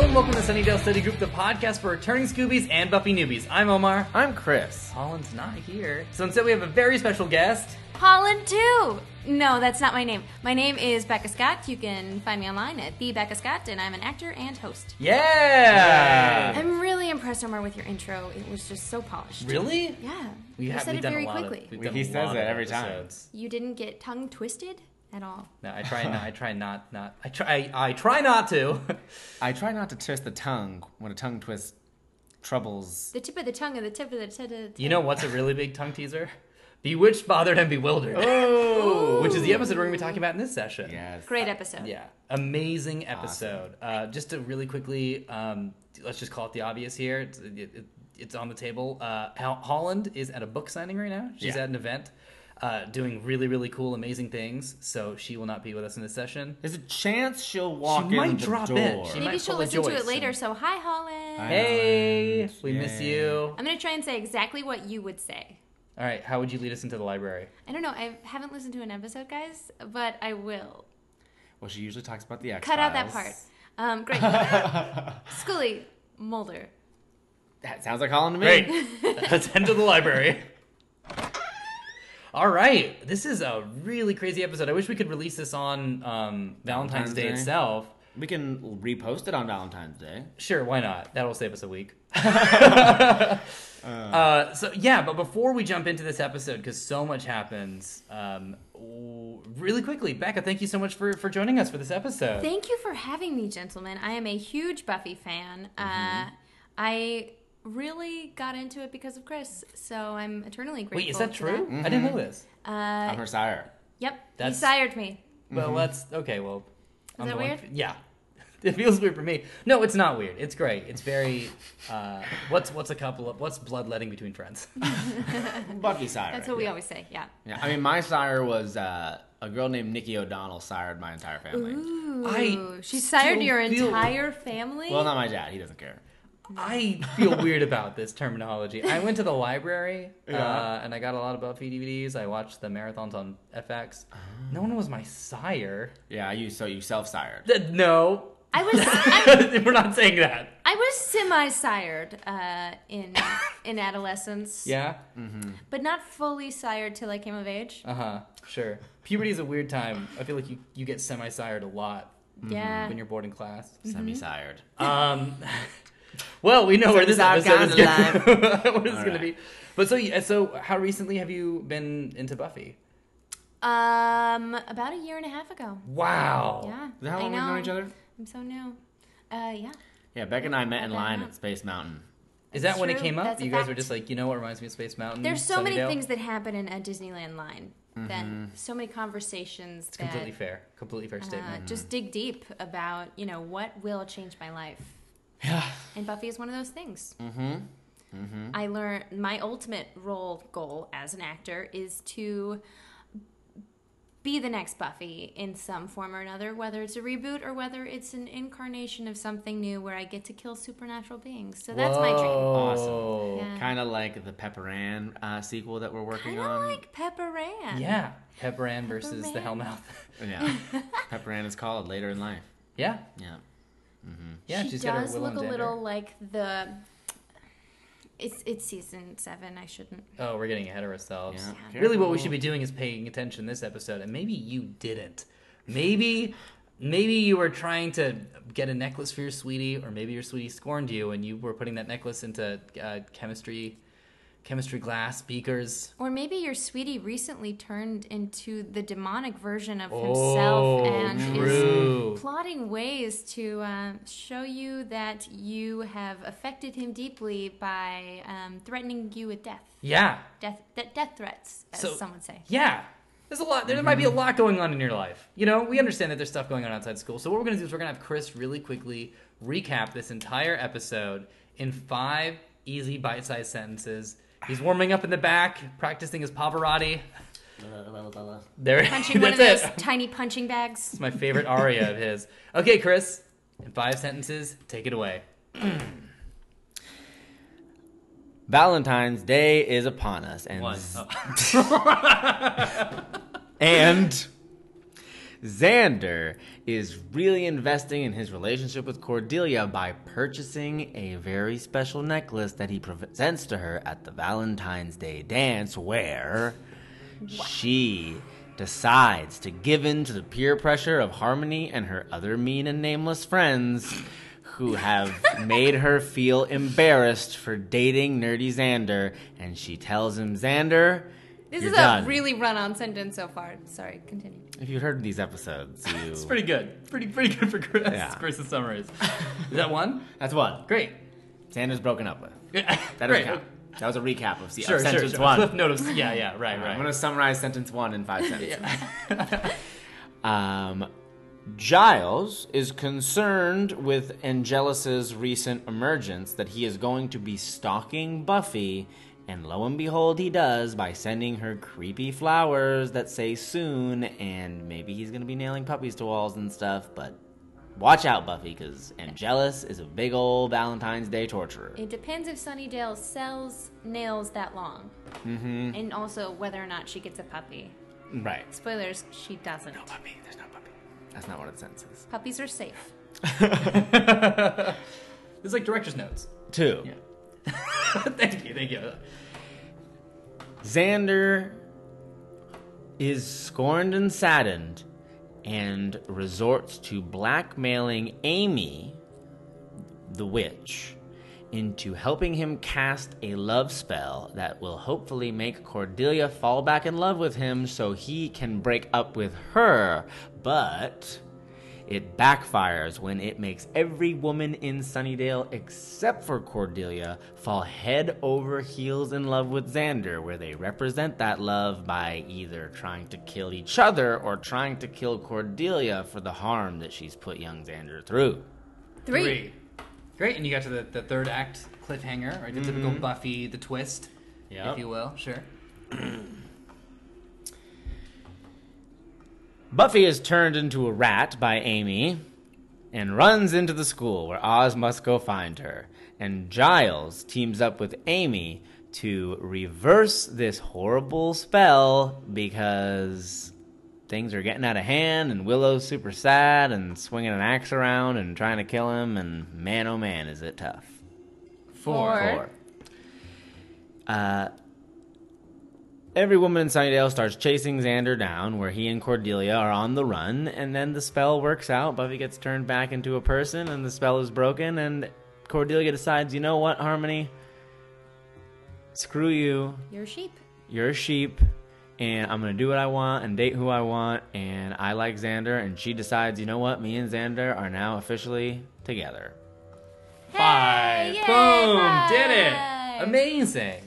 Sunnydale Study Group, the podcast for returning Scoobies and Buffy newbies. I'm Omar. I'm Chris. Holland's not here. So instead, we have a very special guest. Holland too. No, that's not my name. My name is Becca Scott. You can find me online at the Becca Scott, and I'm an actor and host. Yeah! I'm really impressed, Omar, with your intro. It was just so polished. Really? Yeah. We you have said we've it done very a lot quickly. Of, we've We- done he a says lot that of every time. episodes. you didn't get tongue twisted at all. No, I try not. I try not. Not. I try. I, I try not to. I try not to twist the tongue when a tongue twist troubles. The tip of the tongue and the tip of the tip of the tip. you know what's a really big tongue teaser? Bewitched, bothered, and bewildered. Oh! Which is the episode we're going to be talking about in this session. Yes. Great episode. Yeah, amazing episode. Uh, just to really quickly, um, let's just call it the obvious here. It's, it, it, it's on the table. Uh, Ho- Holland is at a book signing right now. She's Yeah. at an event, uh, doing really, really cool, amazing things. So she will not be with us in this session. There's a chance she'll walk She in might the drop door. in. She might Maybe she'll pull a listen to Joyce it later. and- So hi, Holland. Hi. Hey, Holland. we miss Yay. you. I'm gonna try and say exactly what you would say. All right, how would you lead us into the library? I don't know. I haven't listened to an episode, guys, but I will. Well, she usually talks about the X. Cut out that part. Um, great. Scully Mulder. That sounds like Holland to me. Great. Let's head to the library. All right. This is a really crazy episode. I wish we could release this on um, Valentine's Valentine's Day Day. itself. We can repost it on Valentine's Day. Sure, why not? That'll save us a week. uh, so yeah, but before we jump into this episode, because so much happens, um, w- really quickly, Becca, thank you so much for for joining us for this episode. Thank you for having me, gentlemen. I am a huge Buffy fan. Uh, Mm-hmm. I really got into it because of Chris, so I'm eternally grateful. Wait, is that to true? I didn't know this. that. I'm her sire. Uh, yep, That's- he sired me. Well, that's okay. Well, I'm that the one- weird? yeah, it feels weird for me. No, it's not weird. It's great. It's very. Uh, what's what's a couple of what's bloodletting between friends? Buffy sire. That's what we always say. Yeah. yeah, I mean, my sire was uh, a girl named Nikki O'Donnell sired my entire family. Ooh, I she sired still your feel- entire family. Well, not my dad. He doesn't care. I feel weird about this terminology. I went to the library uh, Yeah. and I got a lot of Buffy DVDs. I watched the marathons on FX. No one was my sire. Yeah, you so you self sired. Mm-hmm. Th- no, I was I, we're not saying that. I was semi-sired uh, in in adolescence, Yeah. but not fully sired till I came of age. Uh huh. Sure. Puberty is a weird time. I feel like you you get semi sired a lot Yeah. when you're bored in class. Semi sired. Um, well, we know where this Sounds episode is kinda going to Alright. be. But so, yeah, so how recently have you been into Buffy? Um, about a year and a half ago. Wow. Yeah. Is that how I long we've known know. each other? Mm-hmm. I'm so new. Uh, yeah. Yeah, Beck and I met in Okay, line yeah. at Space Mountain. Is that when it True. came up? That's a you guys were fact. just like, you know what reminds me of Space Mountain? There's so many Sunnydale? things that happen in a Disneyland line. Mm-hmm. Then so many conversations It's that completely fair. Completely fair uh, statement. just dig deep about you know what will change my life. Yeah. And Buffy is one of those things. Mm-hmm. Mm-hmm. I learned my ultimate role goal as an actor is to be the next Buffy in some form or another, whether it's a reboot or whether it's an incarnation of something new where I get to kill supernatural beings. So that's my dream. Awesome. Yeah. Kind of like the Pepper Ann uh, sequel that we're working Kind of on. like Pepper Ann. Yeah. Pepper Ann versus the Ann. Hellmouth. Yeah. Pepper Ann is called later in life. yeah. Yeah. Yeah. she has got her does will look and a dander. little like the. It's it's season seven. I shouldn't. Oh, we're getting ahead of ourselves. Yeah. Yeah. Really, what we Careful. should be doing is paying attention this episode, and maybe you didn't. Maybe, maybe you were trying to get a necklace for your sweetie, or maybe your sweetie scorned you, and you were putting that necklace into uh, chemistry, chemistry glass beakers. Or maybe your sweetie recently turned into the demonic version of himself and Oh, true. is plotting ways to uh, show you that you have affected him deeply by um, threatening you with death, Yeah, death, de- death threats, as So- some would say. yeah. There's a lot. There might be Mm-hmm. a lot going on in your life. You know, we understand that there's stuff going on outside school. So what we're gonna do is we're gonna have Chris really quickly recap this entire episode in five easy bite-sized sentences. He's warming up in the back, practicing his Pavarotti. There, Punching one that's of those it. tiny punching bags. It's my favorite aria of his. Okay, Chris, in five sentences, take it away. Valentine's Day is upon us, and One. Oh. and Xander is really investing in his relationship with Cordelia by purchasing a very special necklace that he presents to her at the Valentine's Day dance, where she decides to give in to the peer pressure of Harmony and her other mean and nameless friends who have made her feel embarrassed for dating nerdy Xander and she tells him Xander This you're is done. a really run-on sentence so far. Sorry, continue. if you heard these episodes you It's pretty good. Pretty pretty good for Chris. Yeah. Chris's summaries. Is that one? that's one Great. Xander's broken up with that doesn't Great. count that was a recap of, se- of Sure, sure, sentence sure. one Uh, Cliff note of- yeah, yeah, right, I'm right. gonna summarize sentence one in five sentences Yeah. Um, Giles is concerned with Angelus's recent emergence that he is going to be stalking Buffy, and lo and behold, he does by sending her creepy flowers that say soon, and maybe he's gonna be nailing puppies to walls and stuff, but. Watch out, Buffy, because Angelus is a big old Valentine's Day torturer. It depends if Sunnydale sells nails that long, mm-hmm. and also whether or not she gets a puppy. Right. Spoilers: she doesn't. Puppy. There's no puppy. That's not what it senses. Puppies are safe. it's like director's notes. Two. Yeah. thank you, thank you. Xander is scorned and saddened and resorts to blackmailing Amy, the witch, into helping him cast a love spell that will hopefully make Cordelia fall back in love with him so he can break up with her. But it backfires when it makes every woman in Sunnydale except for Cordelia fall head over heels in love with Xander, where they represent that love by either trying to kill each other or trying to kill Cordelia for the harm that she's put young Xander through. Three. Great, and you got to the, the third act cliffhanger, right? The typical Buffy, the twist, Mm-hmm. Yep. if you will. Sure. Buffy is turned into a rat by Amy and runs into the school where Oz must go find her. And Giles teams up with Amy to reverse this horrible spell because things are getting out of hand and Willow's super sad and swinging an axe around and trying to kill him. And man, oh man, is it tough. Four. Four. Four. Uh, every woman in Sunnydale starts chasing Xander down, where he and Cordelia are on the run, and then the spell works out. Buffy gets turned back into a person, and the spell is broken, and Cordelia decides, you know what, Harmony? Screw you. You're a sheep. You're a sheep, and I'm going to do what I want and date who I want, and I like Xander, and she decides, you know what, me and Xander are now officially together. Five. Hey, yay, Boom! five. Did it! Amazing.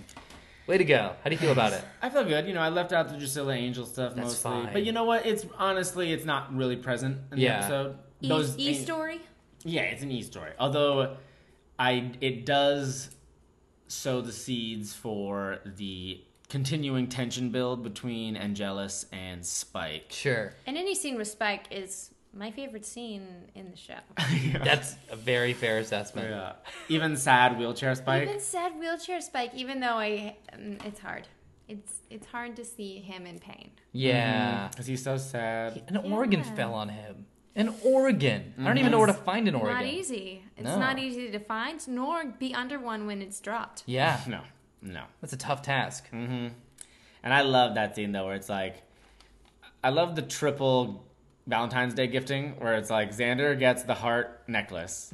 Way to go. How do you feel about it? I feel good. You know, I left out the Drusilla Angel stuff That's mostly, fine. but you know what? It's honestly, it's not really present in Yeah. the episode. E, Those- e story. Yeah, it's an E story. Although, I it does sow the seeds for the continuing tension build between Angelus and Spike. Sure. And any scene with Spike is my favorite scene in the show. That's a very fair assessment. yeah. Even sad wheelchair Spike. Even sad wheelchair Spike, even though I, um, it's hard. It's it's hard to see him in pain. Yeah. Because Mm-hmm. he's so sad. An Oregon Mm-hmm. Yeah. Mm-hmm. fell on him. An Oregon. I don't even know where to find an Oregon. Not easy. It's No. not easy to find, nor be under one when it's dropped. Yeah. No, no. That's a tough task. Mm. And I love that scene though, where it's like, I love the triple Valentine's Day gifting, where it's like Xander gets the heart necklace,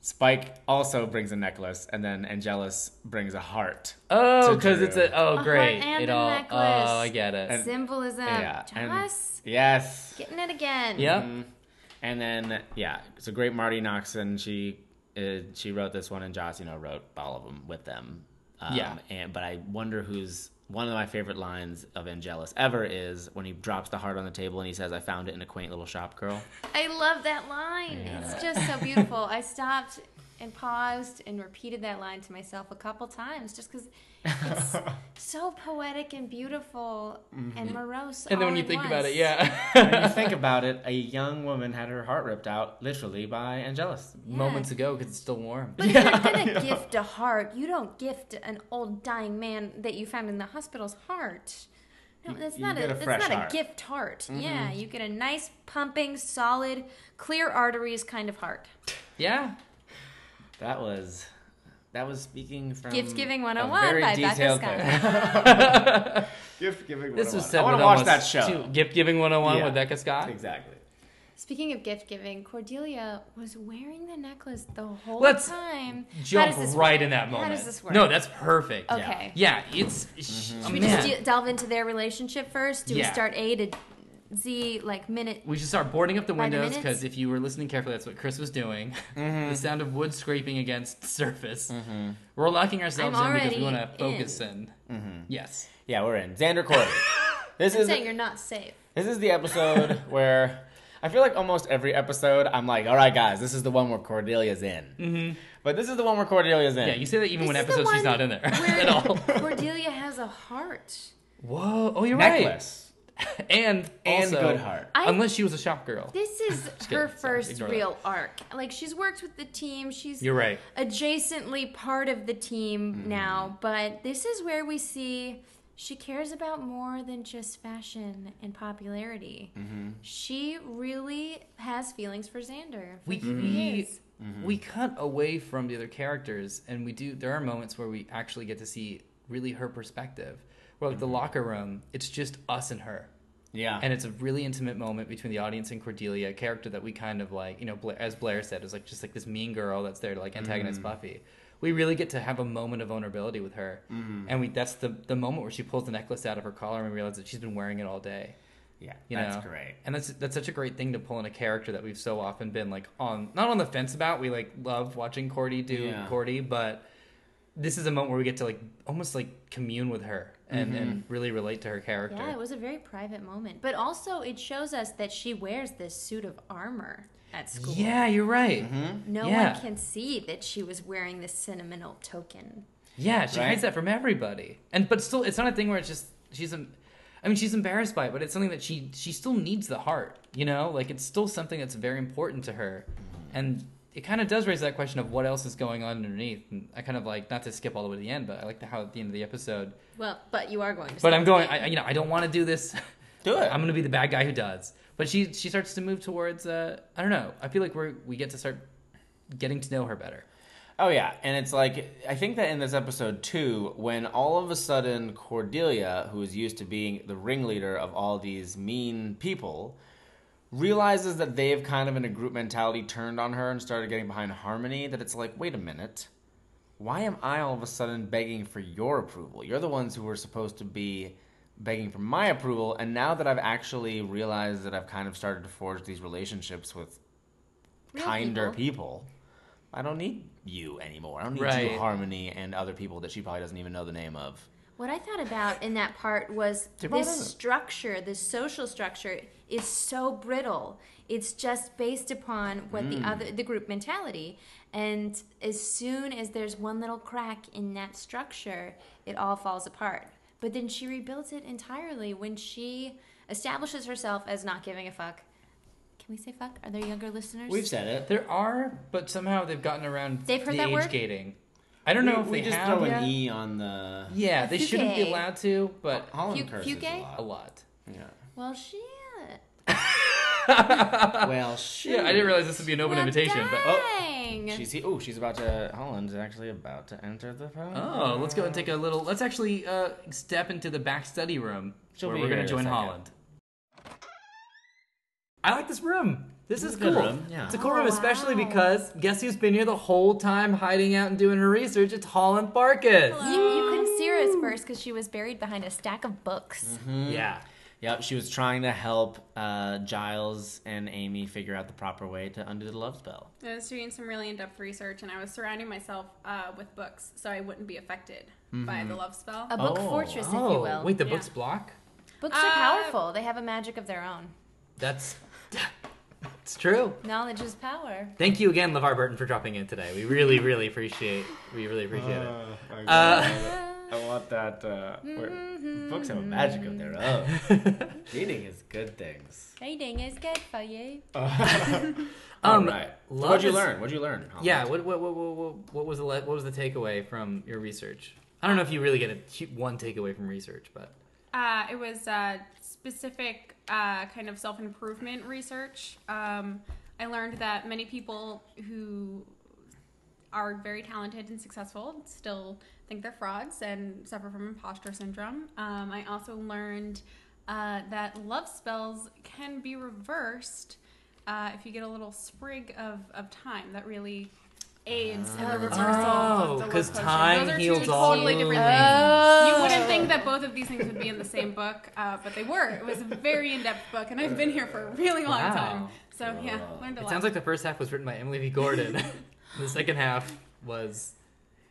Spike also brings a necklace, and then Angelus brings a heart. Oh, To because Drew. it's a oh heart great. and it a all necklace. oh I get it. And- Symbolism. yeah, and- Joss, yes. getting it again. yep. Mm-hmm. And then yeah, it's a great Marty Noxon. She uh, she wrote this one, and Joss, you know, wrote all of them with them. Um, Yeah. And but I wonder who's one of my favorite lines of Angelus ever is when he drops the heart on the table and he says, "I found it in a quaint little shop, girl." I love that line. It's just so beautiful. I stopped and paused and repeated that line to myself a couple times just because it's so poetic and beautiful and morose. Mm-hmm. And then all when you at think about once. it, yeah. when you think about it, a young woman had her heart ripped out, literally, by Angelus. Yeah. Moments ago, because it's still warm. But if you're gonna gift a heart, you don't gift an old dying man that you found in the hospital's heart. No, that's you not get a, a fresh that's not heart. a gift heart. Yeah, Mm-hmm. you get a nice pumping, solid, clear arteries kind of heart. Yeah. That was that was speaking from Gift giving a 101 very by Becca detailed Scott. character. Gift giving. This was I said wanna with watch almost that show. two- Gift Giving 101 Yeah. with Becca Scott. exactly. Speaking of gift giving, Cordelia was wearing the necklace the whole Let's time. How Jump does this right work? in that moment. How does this work? No, that's perfect. Yeah. okay. Yeah, it's. sh Mm-hmm. oh, Should we man. just de- delve into their relationship first? Do Yeah. we start A to Z, like minute? We should start boarding up the By the windows because minutes? if you were listening carefully, that's what Chris was doing. Mm-hmm. the sound of wood scraping against surface. We're locking ourselves I'm in because we want already to focus in. Mm-hmm. Yes. Yeah, we're in. Xander Corey. This I'm is saying you're not safe. this is the episode where I feel like almost every episode I'm like, all right, guys, this is the one where Cordelia's in. Mm-hmm. But this is the one where Cordelia's in. Yeah, you say that even This when is the episodes she's one not in there where- at all. Cordelia has a heart. Whoa! Oh, you're necklace right. And and also, good heart. I- unless she was a shop girl. This is kidding. her Sorry, first ignore that. real arc. Like she's worked with the team. She's You're right. adjacently part of the team now, but this is where we see she cares about more than just fashion and popularity. She really has feelings for Xander. for We who he we, is. we cut away from the other characters, and we do. There are moments where we actually get to see really her perspective. Where like the locker room, it's just us and her. Yeah. and it's a really intimate moment between the audience and Cordelia, a character that we kind of like, you know, Bla- as Blair said, is like just like this mean girl that's there to like antagonize Buffy. We really get to have a moment of vulnerability with her, and we that's the the moment where she pulls the necklace out of her collar and we realize that she's been wearing it all day. yeah, You that's know? great. and that's that's such a great thing to pull in a character that we've so often been like on not on the fence about. We like love watching Cordy do Yeah. Cordy, but this is a moment where we get to like almost like commune with her and, and really relate to her character. Yeah, it was a very private moment, but also it shows us that she wears this suit of armor at school. Yeah, you're right. no yeah. one can see that she was wearing this sentimental token. Yeah, she Right? hides that from everybody, and but still, it's not a thing where it's just she's. em- I mean, she's embarrassed by it, but it's something that she she still needs the heart. You know, like it's still something that's very important to her, Mm-hmm. and it kind of does raise that question of what else is going on underneath. And I kind of like not to skip all the way to the end, but I like the, how at the end of the episode. Well, but you are going to. But see I'm it. going. I, I- you know, I don't want to do this. Do it. I'm going to be the bad guy who does. But she she starts to move towards. Uh, I don't know. I feel like we're we get to start getting to know her better. Oh yeah, and it's like I think that in this episode too, when all of a sudden Cordelia, who is used to being the ringleader of all these mean people, realizes that they've kind of in a group mentality turned on her and started getting behind Harmony. That it's like, wait a minute, why am I all of a sudden begging for your approval? You're the ones who were supposed to be begging for my approval, and now that I've actually realized that I've kind of started to forge these relationships with Real kinder people. people. I don't need you anymore. I don't need Right. you, Harmony, and other people that she probably doesn't even know the name of. What I thought about in that part was They this brought it up. structure, this social structure is so brittle. It's just based upon what Hmm. the other the group mentality. And as soon as there's one little crack in that structure, it all falls apart. But then she rebuilds it entirely when she establishes herself as not giving a fuck. Can we say fuck? Are there younger listeners? said it. There are, but somehow they've gotten around They've heard the that age word? gating. I don't know if we they just have throw yet. an e on the. Yeah, they Fugue. shouldn't be allowed to, but Holland Fu- curses fugue? a a lot. lot. Yeah. well, she well, shoot. Yeah, I didn't realize this would be an open well, invitation, but oh, dang. She's he- oh, she's about to. Holland's actually about to enter the phone. oh, let's go and take a little. Let's actually uh, step into the back study room She'll where be we're here going in to a join second. Holland. I like this room. This is a good cool. room, yeah. It's a cool Oh, room, especially wow. because guess who's been here the whole time, hiding out and doing her research? It's Holland Farkas. You, you couldn't see her Oh. at first because she was buried behind a stack of books. Mm. Yeah. Yep, she was trying to help uh, Giles and Amy figure out the proper way to undo the love spell. I was doing some really in-depth research, and I was surrounding myself uh, with books so I wouldn't be affected by the love spell. A book Oh. fortress, if you Oh, will. wait, the Yeah. book's block? Books are Uh, powerful. They have a magic of their own. That's it's true. Knowledge is power. Thank you again, LeVar Burton, for dropping in today. We really, really appreciate. We really appreciate it. Uh, Uh, I want that. Uh, Mm. Mm-hmm. Books have a magic of their own. Uh, Reading is good things. Reading is good for you. Uh, Um, All right. So love What'd you is- learn? What'd you learn? Holland? Yeah. What, what, what, what, what- what was the le- what was the takeaway from your research? I don't know if you really get a hu- one takeaway from research, but Uh, it was uh, specific uh, kind of self improvement research. Um, I learned that many people who are very talented and successful still think they're frauds and suffer from imposter syndrome. Um, I also learned uh, that love spells can be reversed uh, if you get a little sprig of, of time. That really aids in the reversal. Oh, of the love because potion. Those time are heals two all totally different wounds. things. Oh. You wouldn't think that both of these things would be in the same book, uh, but they were. It was a very in-depth book, and I've been here for a really long Wow. time. So yeah, learned a It lot. sounds like the first half was written by Emily V. Gordon. the second half was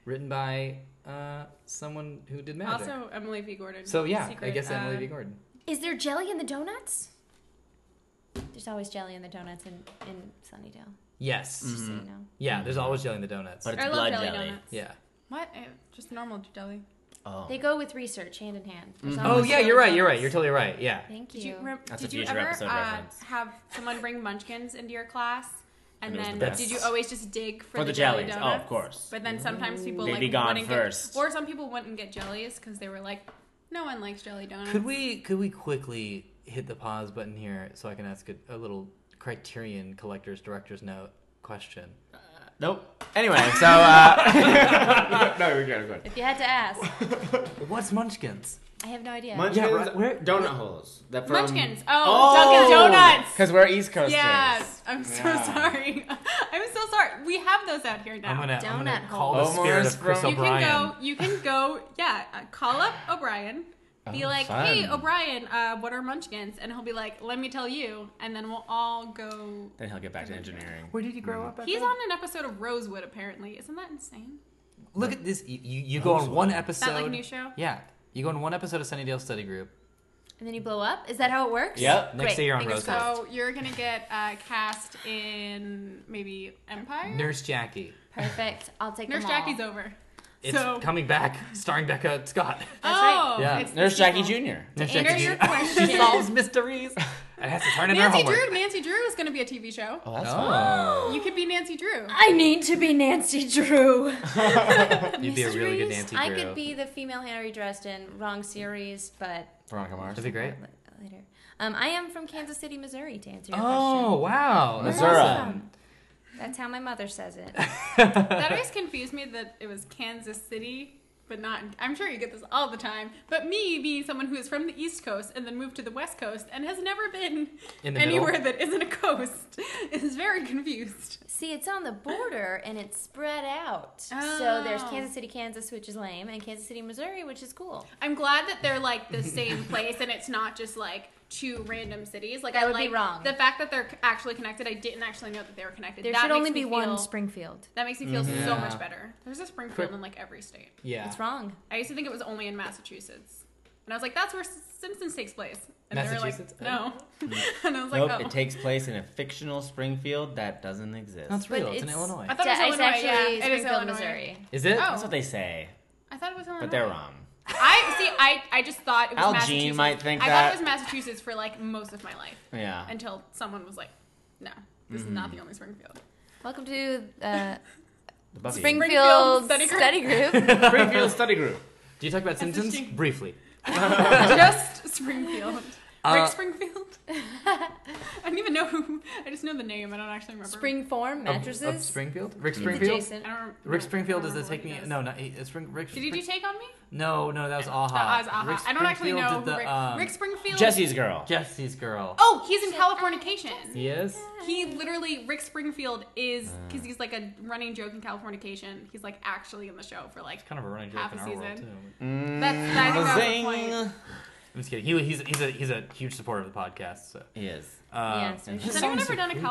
written by uh, someone who did magic. also Emily V. Gordon. so yeah, I secret, guess Emily uh, V. Gordon. Is there jelly in the donuts? There's always jelly in the donuts in, in Sunnydale. Yes. Mm-hmm. Just so you know. Yeah, there's always jelly in the donuts. But it's I love blood jelly, jelly. donuts. yeah. What? Eh, Just normal jelly. Oh. They go with research hand in hand. There's Oh always yeah, jelly you're right. donuts. You're right. You're totally right. Yeah. Thank Did you you. rem- That's a did you future ever episode uh, reference. have someone bring munchkins into your class? And And it was then the did best. you always just dig for, For the jelly jellies. Oh, of donuts? course. But then sometimes people They'd like be gone wouldn't get- first. or some people wouldn't get jellies because they were like, no one likes jelly donuts. Could we could we quickly hit the pause button here so I can ask a, a little Criterion collector's director's note question? Nope. Anyway, so uh, no, we're good. We're good. If you had to ask, What's Munchkins? I have no idea. Munchkins, Yeah, right, where- donut holes. That from Munchkins. Oh, Dunkin' Donuts. Because we're East Coasters. Yes, I'm so Yeah. sorry. I'm so sorry. We have those out here now. I'm gonna, I'm gonna Donut call hole. the spirit Omar's of Chris from- you O'Brien. can go. You can go. Yeah, uh, call up O'Brien. Be Oh, like, fun. hey O'Brien, uh, what are Munchkins? And he'll be like, let me tell you. And then we'll all go. Then he'll get back to engineering. Where did you grow up? He's on an episode of Rosewood apparently. Isn't that insane? Look at this. You, you, you go on one episode. That like new show. Yeah, you go on one episode of Sunnydale Study Group. And then you blow up? Is that how it works? Yep. Next Great. day you're on Rose. So you're gonna get uh, cast in maybe Empire. Nurse Jackie. Perfect. I'll take Nurse them all. Jackie's over. It's so coming back, starring Becca Scott. That's oh, right. Yeah. it's the Nurse Jackie sequel. Jr. Nurse answer Jackie your Jr. question- she solves mysteries. and has to turn in her Nancy homework. Drew. Nancy Drew is gonna be a TV show. Oh, that's Oh, You could be Nancy Drew. I need to be Nancy Drew. you'd be a really good Mysteries? Nancy Drew. I could be the female Harry Dresden. Wrong series, but Veronica Mars. That'd be great. later. Um, I am from Kansas City, Missouri, to answer your Oh wow, that's Missouri. awesome. question. That's how my mother says it. That always confused me that it was Kansas City, but not. I'm sure you get this all the time. But me being someone who is from the East Coast and then moved to the West Coast and has never been In the anywhere middle? that isn't a coast is very confused. See, it's on the border and it's spread out. So there's Oh. Kansas City, Kansas, which is lame, and Kansas City, Missouri, which is cool. I'm glad that they're like the same place and it's not just like two random cities. Like That I would be like wrong. The fact that they're actually connected, I didn't actually know that they were connected. There That should makes only me be one feel- Springfield. That makes me feel so Yeah. much better. There's a Springfield in like every state. Yeah, It's wrong. I used to think it was only in Massachusetts. And I was like, that's where S- Simpsons takes place. And Massachusetts? they were like, no. and I was like, Nope, oh. it takes place in a fictional Springfield that doesn't exist. that's But real. It's, in it's- Illinois. I thought it was Yeah, Illinois. it's actually yeah, it is Springfield, Illinois. Missouri. Is it? Oh. That's what they say, I thought it was Illinois. but they're wrong. I see. I, I just thought it was Al Jean Massachusetts. might think I that. thought it was Massachusetts for like most of my life Yeah. until someone was like, no, this is Mm-hmm. not the only Springfield. Welcome to uh, The Buffy. Springfield, Study Group. Study Group. Springfield Study Group. Do you talk about Simpsons interesting. briefly? just Springfield. Uh, Rick Springfield. I don't even know who. I just know the name. I don't actually remember. Spring Form Of- Uh, mattresses. Of, Springfield. Rick It's Springfield. I adjacent. don't remember. Rick Springfield I is don't the remember take what he me. does. No, not it's Spring, Rick. Oh, Did you do Take on Me? No, no, that was Aha. That was aha. Rick I don't actually know. Springfield who did the, Rick, um, Rick Springfield. Jesse's girl. Jesse's girl. Oh, he's in Californication. He is. He literally Rick Springfield is because he's like a running joke in Californication. He's like actually in the show for like. Kind of a running joke Half in a our world season. too. Mm, Mm. That's I think that was the point. Zing. I'm just kidding. He, he's he's a he's a huge supporter of the podcast. So. Yes. Uh, Yes, we Has should- anyone Sounds ever done a creepy.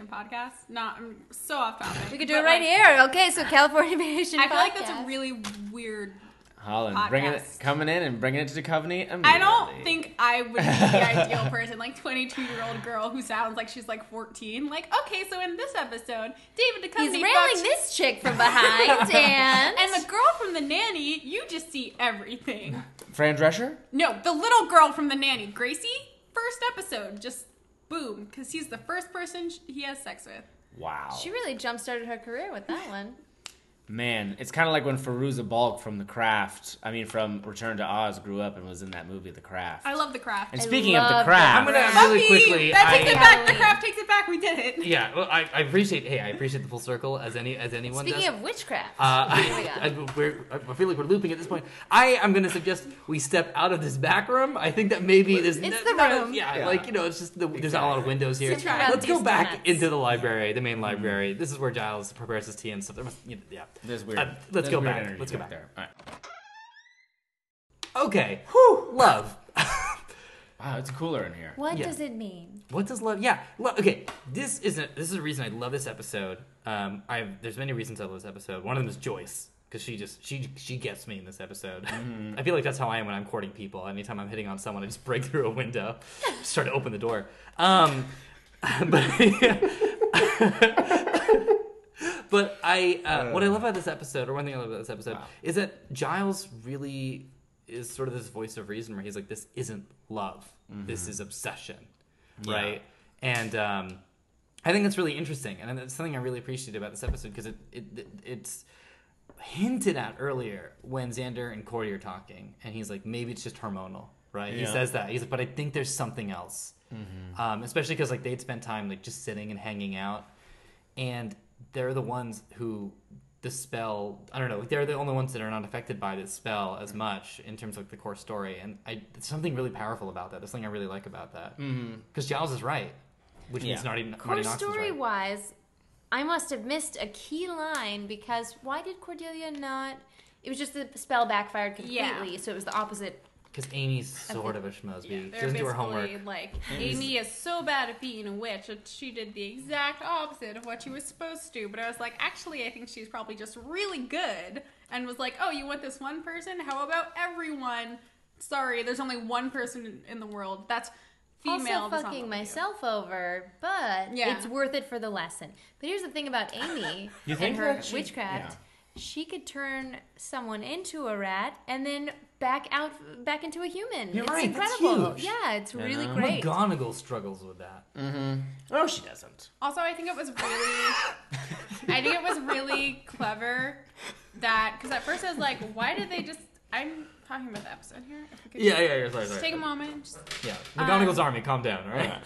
Californication podcast? No, I'm so off topic. We could do but, it right like, here. Okay, so California Vacation. I feel like that's a Podcast. really weird. Holland, bringing it, Podcast. coming in and bringing it to the company. Immediately. I don't think I would be the ideal person, like 22 year old girl who sounds like she's like 14. Like, okay, so in this episode, David Duchovny He's fucked- railing this chick from behind, and and the girl from the nanny. You just see everything. Fran Drescher. No, the little girl from the nanny, Gracie. First episode, just boom, because he's the first person sh- he has sex with. Wow. she really jump started her career with that one. Man, it's kind of like when Feruza Balk from The Craft, I mean, from Return to Oz, grew up and was in that movie, The Craft. I love the craft. and I speaking of The love The Craft, I'm gonna Craft. really Buffy! quickly. that I- takes it back. The Halloween. craft takes it back. We did it. yeah, well, I, I appreciate. Hey, I appreciate the full circle as any as anyone does. Speaking of witchcraft, Uh, oh my I, God. I- we're, I feel like we're looping at this point. I am going to suggest we step out of this back room. I think that maybe there's It's n- the not a- room. yeah, Yeah. like you know, it's just the, there's not a lot of Exactly. Mm-hmm. windows here. Sit around Let's go these back donuts. into the library, the main library. This is where Giles prepares his tea and stuff. There must, you know, yeah. There's weird. Uh, let's there's go weird back. energy Let's go back. there. All right. Okay. Whew, love. Wow, it's cooler in here. what yeah. does it mean? What does love? Yeah, love. Okay, this isn't. This is the reason I love this episode. Um, I there's many reasons I love this episode. One of them is Joyce because she just she she gets me in this episode. I feel like that's how I am when I'm courting people. Anytime I'm hitting on someone, I just break through a window, just try to open the door. Um, but. But I, uh, what I love about this episode, or one thing I love about this episode, Wow. is that Giles really is sort of this voice of reason where he's like, this isn't love, this is obsession, right? And um, I think that's really interesting, and that's something I really appreciated about this episode because it, it, it it's hinted at earlier when Xander and Corey are talking, and he's like, maybe it's just hormonal, right? He Yeah. Mm-hmm. says that. He's like, but I think there's something else, um, especially because like they'd spent time like just sitting and hanging out, and they're the ones who the spell i don't know like they're the only ones that are not affected by this spell Mm-hmm. as much in terms of like, the core story and i there's something really powerful about that there's something i really like about that because giles is right which Mm-hmm. Yeah. means not even Core Marty Knox is story right. wise, I must have missed a key line because why did Cordelia not? It was just the spell backfired Yeah. completely, so it was the opposite. Because Amy's sort of a schmozby. Yeah, they're Doesn't do her homework. basically like Amy is so bad at being a witch that she did the exact opposite of what she was supposed to. But I was like, actually, I think she's probably just really good, and was like, oh, you want this one person? How about everyone? Sorry, there's only one person in- in the world. That's female. also that's not fucking what we do. myself over, but Yeah. it's worth it for the lesson. But here's the thing about Amy You and think her that she- witchcraft. She could turn someone into a rat and then back out, back into a human. You're it's right, that's incredible. huge. Yeah, it's really know. Oh great. McGonagall struggles with that. No, she doesn't. Also, I think it was really, I think it was really clever that because at first I was like, why did they just? I'm talking about the episode here. If we could Yeah, yeah, yeah. Sorry, Just sorry. take a moment. Just Yeah, McGonagall's army. Calm down. All right. Yeah.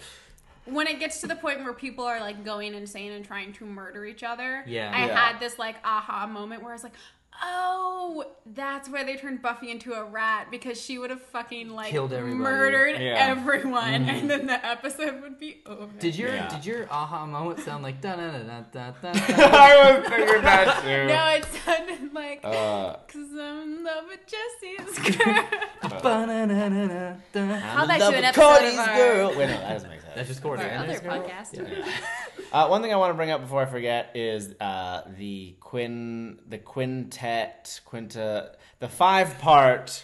when it gets to the point where people are like going insane and trying to murder each other, Yeah. I Yeah. had this like aha moment where I was like, oh, that's why they turned Buffy into a rat because she would have fucking like Killed everybody. Mm-hmm. murdered Yeah. everyone, and then the episode would be over. Did your Yeah. did your aha moment sound like da da da da da da? I was thinking that too. no, it sounded like Uh, because I'm in love with Jesse's girl. Ba-na-na-na-na, da. Call I'm back in to love an with episode of Cody's our- girl. Wait, no, that doesn't make sense. That's just Cordy. Our isn't other it? podcast. Uh, one thing I want to bring up before I forget is uh, the quin the quintet quinta the five part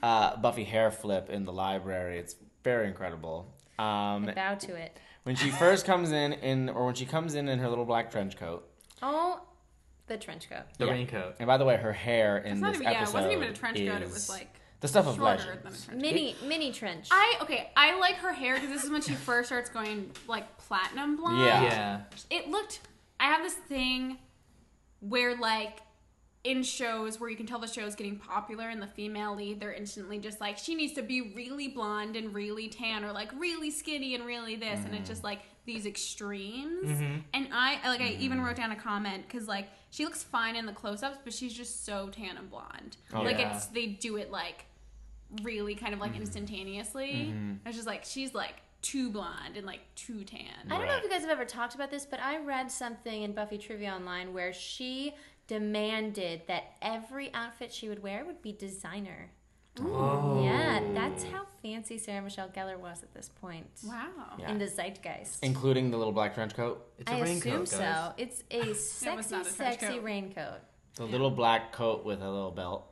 uh, Buffy hair flip in the library. It's very incredible. Um, I bow to it. when she first comes in in or when she comes in in her little black trench coat. Oh, the trench coat. The Yeah. raincoat. And by the way, her hair in It's not this even, episode yeah, it wasn't even a trench coat. It is was like the stuff of shorter than a legends. trench coat. Mini mini trench. I okay. I like her hair because this is when she first starts going like platinum blonde. Yeah. Yeah. It looked. I have this thing where like in shows where you can tell the show's getting popular and the female lead, they're instantly just like she needs to be really blonde and really tan or like really skinny and really this, and it's just like these extremes. And I I- like I even wrote down a comment because like she looks fine in the close-ups, but she's just so tan and blonde. Oh, like yeah. it's they do it like really kind of like instantaneously. I was just like, she's like too blonde and like too tan. I don't know Right. if you guys have ever talked about this, but I read something in Buffy Trivia Online where she demanded that every outfit she would wear would be designer. Oh. Yeah, that's how fancy Sarah Michelle Gellar was at this point Wow. Yeah. in the zeitgeist. Including the little black trench coat. It's a I assume raincoat, guys. so. It's a sexy, not a trench sexy coat. raincoat, The little black coat with a little belt.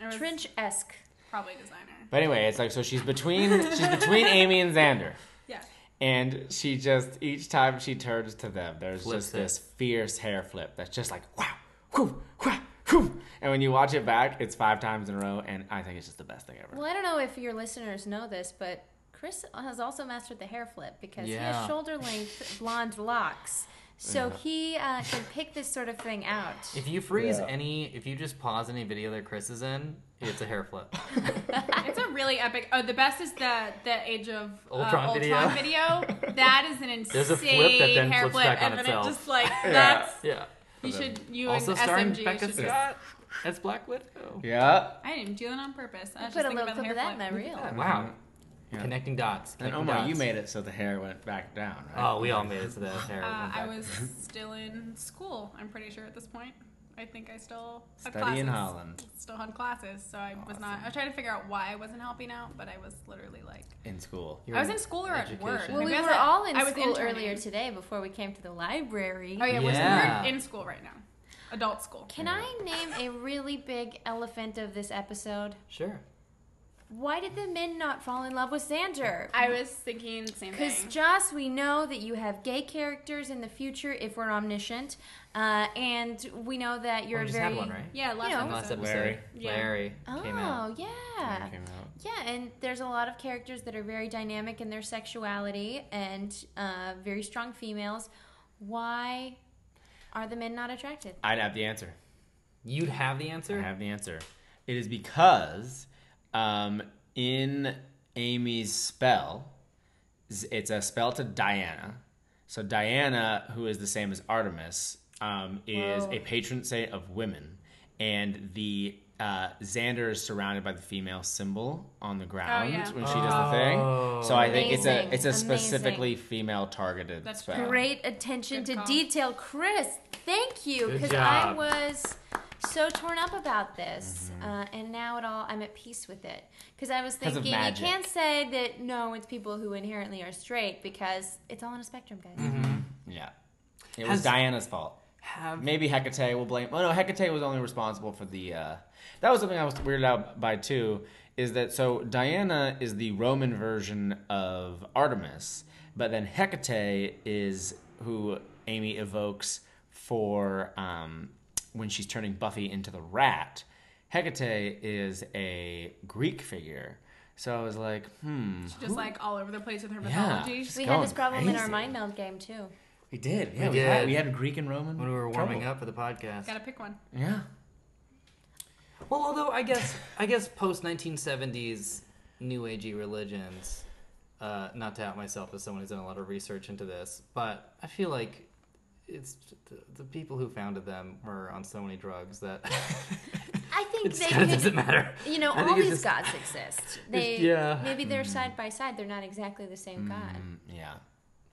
I was trench esque. probably a designer. But anyway, it's like so she's between she's between Amy and Xander. Yeah. And she just each time she turns to them, there's Flips just it. this fierce hair flip that's just like wow, whoo, wow, whoo. And when you watch it back, it's five times in a row, and I think it's just the best thing ever. Well, I don't know if your listeners know this, but Chris has also mastered the hair flip because he Yeah. has shoulder length blonde locks So he uh, can pick this sort of thing out. If you freeze Yeah. any, if you just pause any video that Chris is in, it's a hair flip. It's a really epic. Oh, the best is the the Age of uh, Ultron Ultron, video. video. That is an insane There's a flip that then hair flips flip, back on and then itself. it just like that's. Yeah. You should you also and starring SMG Becca should go. Scott as Black Widow. Yeah. I didn't do it on purpose. I, I was put just a thinking little about the clip hair of that in flip. my reel. Wow. Mm-hmm. Yeah. Connecting dots. And Connecting Omar, dots. you made it so the hair went back down, right? Oh, we all made it to the hair. Uh, went I back. was still in school. I'm pretty sure at this point. I think I still had Study in classes. Holland. Still had classes, so I was not. I was trying to figure out why I wasn't helping out, but I was literally like, In school. You're I was in school or at work. education. Well, we Maybe I was were at- all in I was school interning. earlier today before we came to the library. Oh yeah, we're- Yeah. we're in school right now. Adult school. Can I name a really big elephant of this episode? Sure. Why did the men not fall in love with Xander? I was thinking the same Because thing. Joss, we know that you have gay characters in the future if we're omniscient, uh, and we know that you're we just very. had one, right? Yeah, last You know. episode. Last episode, Larry, Larry. Yeah. Oh came out. yeah, Came out. yeah, and there's a lot of characters that are very dynamic in their sexuality and uh, very strong females. Why are the men not attracted? I'd have the answer. You'd have the I answer. have the answer. It is because um, in Amy's spell, z- it's a spell to Diana. So Diana, who is the same as Artemis, um, is Whoa. a patron saint of women, and the uh, Xander is surrounded by the female symbol on the ground yeah. when she does the thing. So I think it's Oh, Amazing. a it's a Amazing. specifically female targeted That's spell. Great attention Good to call. detail, Chris. Thank you, Good because I job. was so torn up about this, uh, and now it all I'm at peace with it. Because I was 'Cause Mm-hmm. of thinking you magic. can't say that no, it's people who inherently are straight because it's all on a spectrum, guys. Mm-hmm. Yeah, it Has- was Diana's fault. Have Maybe Hecate will blame. Oh no, Hecate was only responsible for the. Uh, that was something I was weirded out by too. Is that so? Diana is the Roman version of Artemis, but then Hecate is who Amy evokes for um, when she's turning Buffy into the rat. Hecate is a Greek figure, so I was like, hmm. She just like all over the place with her Yeah. mythology. It's we had this going problem in our crazy. mind meld game too. We did, yeah, we had- we had Greek and Roman when we were warming up for the podcast. Gotta pick one. Yeah, Well, although I guess I guess post 1970s new agey religions. Uh, not to out myself as someone who's done a lot of research into this, but I feel like it's the, the people who founded them were on so many drugs that I think it they kind of could, doesn't matter. you know, I think all it's these just- gods exist. They yeah. Mm. maybe they're side by side. They're not exactly the same god, Mm, yeah.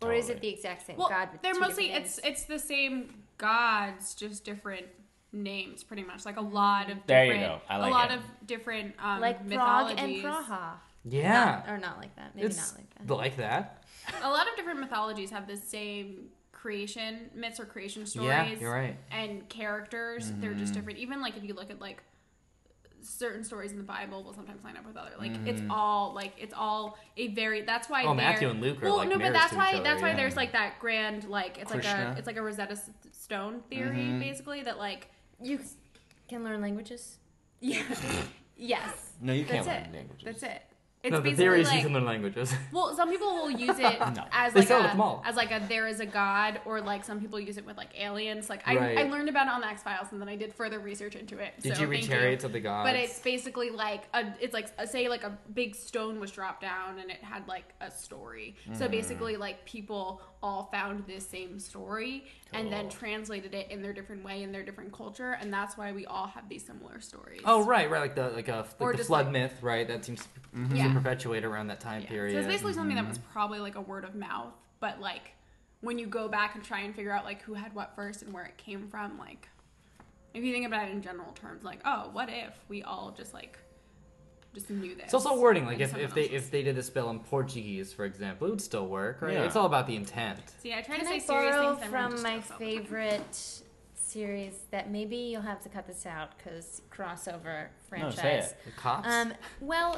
or is it totally. the exact same Well, god? With they're two mostly different it's names? it's the same gods, just different names, pretty much. Like a lot of different, There you go. I like a lot it. of different um, like Prague and mythologies. Praha. Yeah, Not- or not like that. Maybe it's not like that. like that. A lot of different mythologies have the same creation myths or creation stories. Yeah, you're right. and characters they're Mm-hmm. just different even like if you look at like certain stories in the bible will sometimes line up with other like it's all like it's all a very that's why Mm. Oh, they're- Matthew and Luke are, well like, no but mirrors that's to each why other, that's why yeah. there's like that grand like it's like Krishna. a it's like a rosetta S- stone theory Mm-hmm. basically that like You can learn languages. yeah yes No, you can't that's learn it languages. that's it it's no, the basically theory is like you can learn languages. well, some people will use it No. as They like sell it a, at the mall. as like a there is a god, or like some people use it with like aliens. Like I, Right. I learned about it on the X Files, and then I did further research into it. Did so you read thank chariots of the gods? But it's basically like a, it's like a, say like a big stone was dropped down and it had like a story. Hmm. So basically, like people all found this same story and then Cool. translated it in their different way in their different culture, and that's why we all have these similar stories. Oh right, right, like the like a like Or the just flood like- myth, right? That seems to Yeah. perpetuate around that time Yeah. period. Mm-hmm. So it's basically something that was probably like a word of mouth, but like when you go back and try and figure out like who had what first and where it came from, like if you think about it in general terms, like oh, what if we all just like just knew this? It's also wording. Like and if, someone if they else's. if they did a spell in Portuguese, for example, it would still work, right? Yeah. It's all about the intent. see, I try Can to say I serious borrow things and everyone from just my jokes all the time. favorite series that maybe you'll have to cut this out because crossover No, say franchise. it. The cops. Um, well,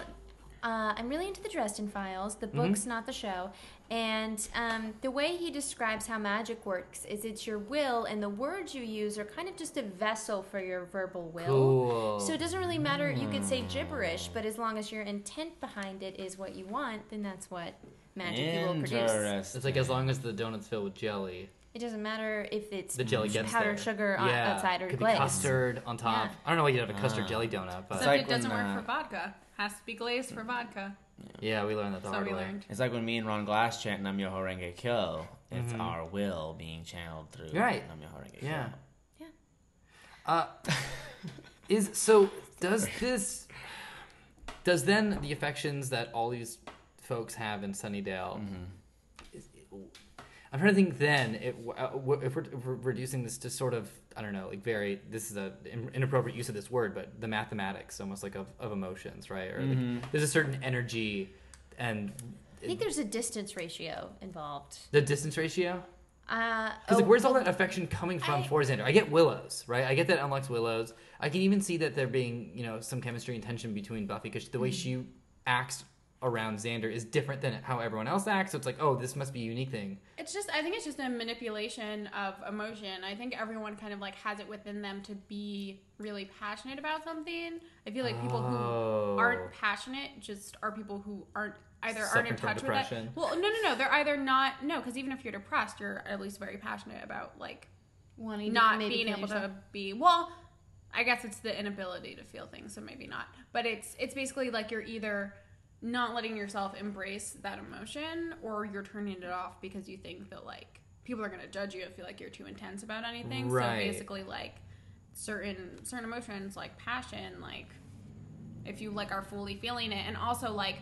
uh, I'm really into the Dresden Files, Mm-hmm. the books, not the show. And um, the way he describes how magic works is it's your will, and the words you use are kind of just a vessel for your verbal will. cool. Hmm. So it doesn't really matter. You could say gibberish, but as long as your intent behind it is what you want, then that's what magic you will produce. Interesting. it's like as long as the donuts filled with jelly, It doesn't matter if it's The jelly gets powdered there. sugar on, yeah. outside or Could glazed. be custard on top. Yeah. I don't know why you'd have a custard Ah. jelly donut, but Except like it doesn't when, work uh, for vodka. Has to be glazed for vodka. yeah, we learned that the So hard we way. learned. It's like when me and Ron Glass chant Nam Yoho Renge Kyo. It's our will being channeled through Mm-hmm. Right. Nam Yoho Renge Yeah. Kyo. Yeah. Uh, is so does this does then the affections that all these folks have in Sunnydale? Is, I'm trying to think. Then, it, uh, wh- if, we're, if we're reducing this to sort of, I don't know, like very. This is a in- inappropriate use of this word, but the mathematics, almost like of, of emotions, right? Or like, there's a certain energy, and I think there's a distance ratio involved. the distance ratio. Uh, Because like, oh, where's all that affection coming from I- for Xander? I get Willows, right? I get that unlocks Willows. I can even see that there being, you know, some chemistry and tension between Buffy because the way Mm. she acts around Xander is different than how everyone else acts. So it's like, oh, this must be a unique thing. It's just, I think it's just a manipulation of emotion. I think everyone kind of like has it within them to be really passionate about something. I feel like people Oh. who aren't passionate just are people who aren't either aren't Suffering in from touch depression. with that. Well, no, no, no. They're either not no, because even if you're depressed, you're at least very passionate about like wanting to not maybe being kill able yourself. to be well i guess it's the inability to feel things so maybe not but it's it's basically like you're either not letting yourself embrace that emotion or you're turning it off because you think that like people are going to judge you if you like you're too intense about anything Right. so basically like certain certain emotions like passion like if you like are fully feeling it and also like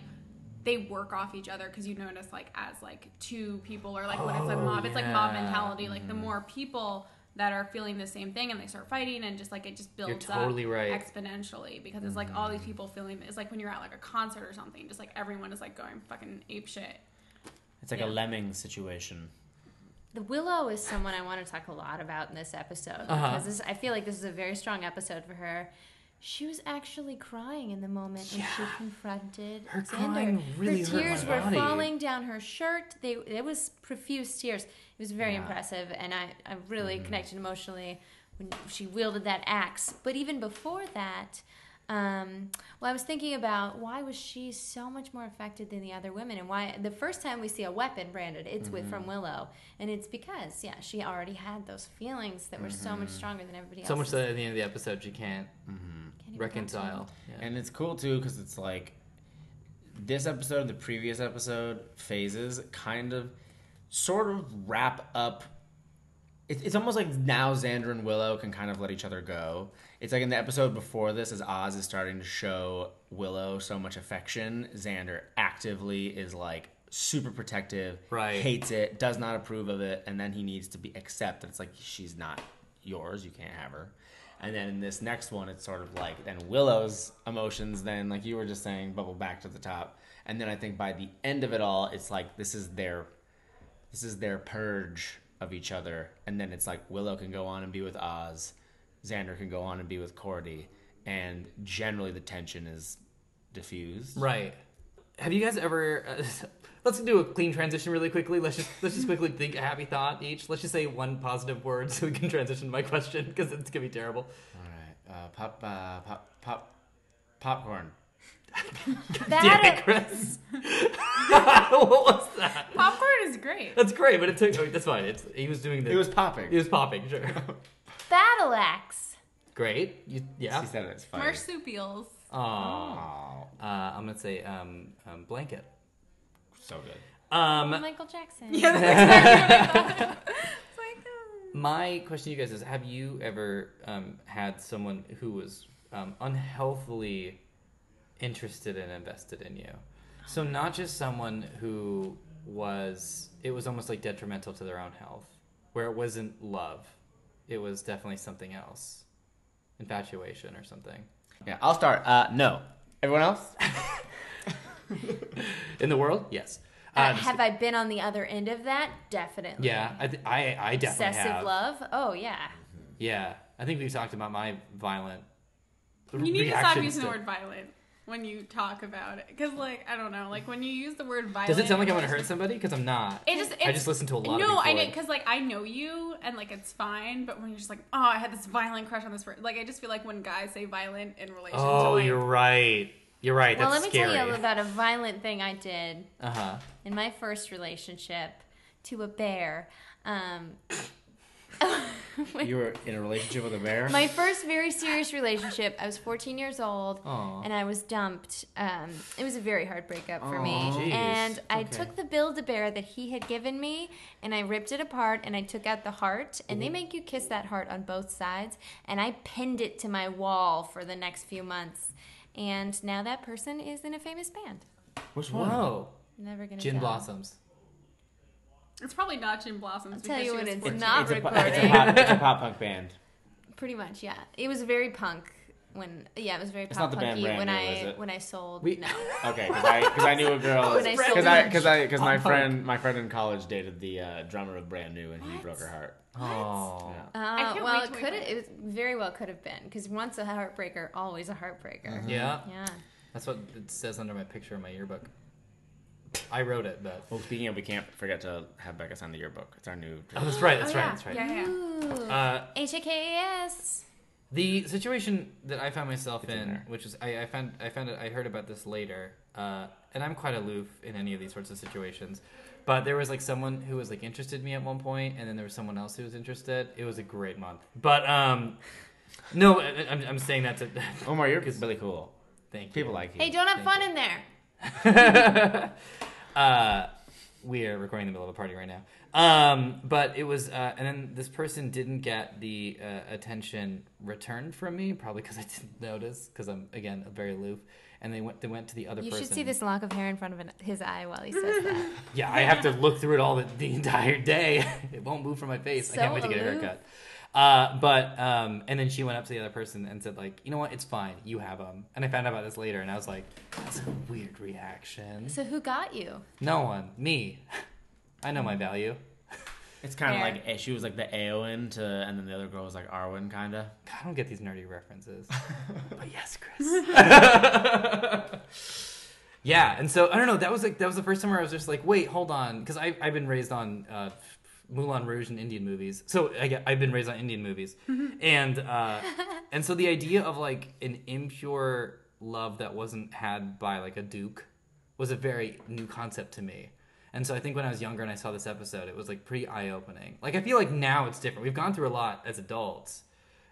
they work off each other because you notice like as like two people or like when it's a Oh, mob it's like mob yeah. mentality like Mm-hmm. the more people that are feeling the same thing and they start fighting and just like it just builds totally up right. Mm-hmm. exponentially because it's like all these people feeling it's like when you're at like a concert or something just like everyone is like going fucking ape shit It's like Yeah. a lemming situation. The Willow is someone I want to talk a lot about in this episode Uh-huh. because this, I feel like this is a very strong episode for her. She was actually crying in the moment when she confronted Her Xander. crying really her hurt my tears were body. falling down her shirt. They it was profuse tears. It was very Yeah. impressive, and I I really Mm-hmm. connected emotionally when she wielded that axe. But even before that. Um, well, I was thinking about why was she so much more affected than the other women, and why the first time we see a weapon branded, it's with Mm-hmm. from Willow, and it's because yeah, she already had those feelings that were so much stronger than everybody else. Mm-hmm. So much that at the end of the episode, you can't reconcile. Yeah. And it's cool too because it's like this episode, the previous episode phases kind of sort of wrap up. It's, it's almost like now Xander and Willow can kind of let each other go. It's like in the episode before this, as Oz is starting to show Willow so much affection, Xander actively is like super protective, Right. hates it, does not approve of it, and then he needs to be accepted. It's like she's not yours, you can't have her. And then in this next one, it's sort of like then Willow's emotions, then like you were just saying, bubble back to the top. And then I think by the end of it all, it's like this is their this is their purge of each other. And then it's like Willow can go on and be with Oz, Xander can go on and be with Cordy, and generally the tension is diffused. Right. Have you guys ever? Uh, let's do a clean transition really quickly. Let's just let's just quickly think a happy thought each. Let's just say one positive word so we can transition to my question because it's gonna be terrible. All right. Uh, pop, uh, pop, pop, popcorn. Damn That it, Chris. what was that? popcorn is great That's great, but it took. oh, that's fine. It's he was doing the. It was popping. he was popping. Sure. battle axe. great. You, yeah. She said it. It's funny. marsupials Aw. Uh, Oh, I'm gonna say um, um blanket. so good. Um, Michael Jackson. it's like oh. My question to you guys is: Have you ever um, had someone who was um, unhealthily interested and invested in you? So not just someone who was it was almost like detrimental to their own health, where it wasn't love, it was definitely something else, infatuation or something. Yeah, I'll start. Uh, no. Everyone else? In the world, yes. Uh, Um, have I been on the other end of that? Definitely. yeah, I, th- I, I definitely Excessive have. love. Oh yeah. Yeah, I think we talked about my violent. You need to stop reactions using to- the word violent when you talk about it, because like I don't know, like when you use the word violent, Does it sound like I'm it's gonna hurt somebody? Because I'm not. It just it's, I just listened to a lot No, of I people. didn't because like I know you and like it's fine, but when you're just like, oh, I had this violent crush on this person, like I just feel like when guys say violent in relation to Oh, like, you're right. You're right. well, That's let me scary. tell you about a violent thing I did Uh huh. in my first relationship to a bear. Um, You were in a relationship with a bear? my first very serious relationship, I was 14 years old. Aw. and I was dumped. Um, it was a very hard breakup for me. Aw. Oh, Jeez. And I Okay. took the Build a Bear that he had given me and I ripped it apart and I took out the heart. And they make you kiss that heart on both sides. And I pinned it to my wall for the next few months. And now that person is in a famous band. Which one? Whoa. Never gonna Gin tell. blossoms. It's probably not Jim Blossoms. I'll tell because you she what was it's fourteen. not it's, a, po- recording. it's, a pop, it's a pop punk band. Pretty much, yeah. It was very punk when yeah, it was very It's not pop the band punky Brand when New, I is it? when I sold We- no. Okay, because I, 'cause I knew a girl. When I sold Because I, it. because I, because my Pop punk. friend, my friend in college dated the uh, drummer of Brand New, and he What? broke her heart. Oh. Yeah. Uh, can't well, wait it till we could find it was very well could have been because once a heartbreaker, always a heartbreaker. Yeah. Yeah. That's what it says under my picture in my yearbook. I wrote it, but. Well, speaking of, we can't forget to have Becca sign the yearbook. It's our new. Oh, that's right. That's Oh, right. yeah. That's right. Yeah, yeah. Ooh. Uh, H A K A S. the situation that I found myself It's in, in there. which is I, I found I found it I heard about this later, uh, and I'm quite aloof in any of these sorts of situations. But there was like someone who was like interested in me at one point, and then there was someone else who was interested. It was a great month. But um, no, I, I'm, I'm saying that to Omar, you're really cool. thank you. People like you. Hey, don't have Thank fun in there. uh, we are recording in the middle of a party right now. Um, but it was, uh, and then this person didn't get the uh, attention returned from me, probably because I didn't notice, because I'm again very aloof. And they went, they went to the other You person. should see this lock of hair in front of an, his eye while he says that. Yeah, I have to look through it all the, the entire day. it won't move from my face. I So can't wait to get a aloof. haircut. Uh, but um, and then she went up to the other person and said like, you know what, it's fine, you have them. And I found out about this later, and I was like, that's a weird reaction. So who got you? No one. Me. I know my value. It's kind of Fair. like eh, she was like the Aowen to, and then the other girl was like Arwen, kind of. God, I don't get these nerdy references. but yes, Chris. yeah, and so I don't know. That was like that was the first time where I was just like, wait, hold on, because I I've been raised on uh, Moulin Rouge and Indian movies. So I get, I've been raised on Indian movies, and uh, and so the idea of like an impure love that wasn't had by like a duke was a very new concept to me. And so I think when I was younger and I saw this episode, it was like pretty eye opening. Like I feel like now it's different. We've gone through a lot as adults,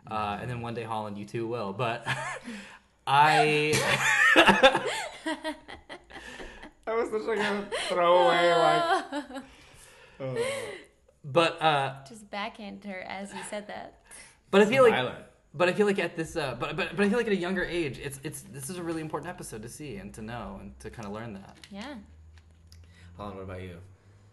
uh, and then one day Holland, you too will. But I, That was such like a throwaway like. Oh. but uh, Just backhand her as you said that. but I feel like, Violent. but I feel like at this, uh, but but but I feel like at a younger age, it's it's this is a really important episode to see and to know and to kind of learn that. Yeah. Holland, what about you?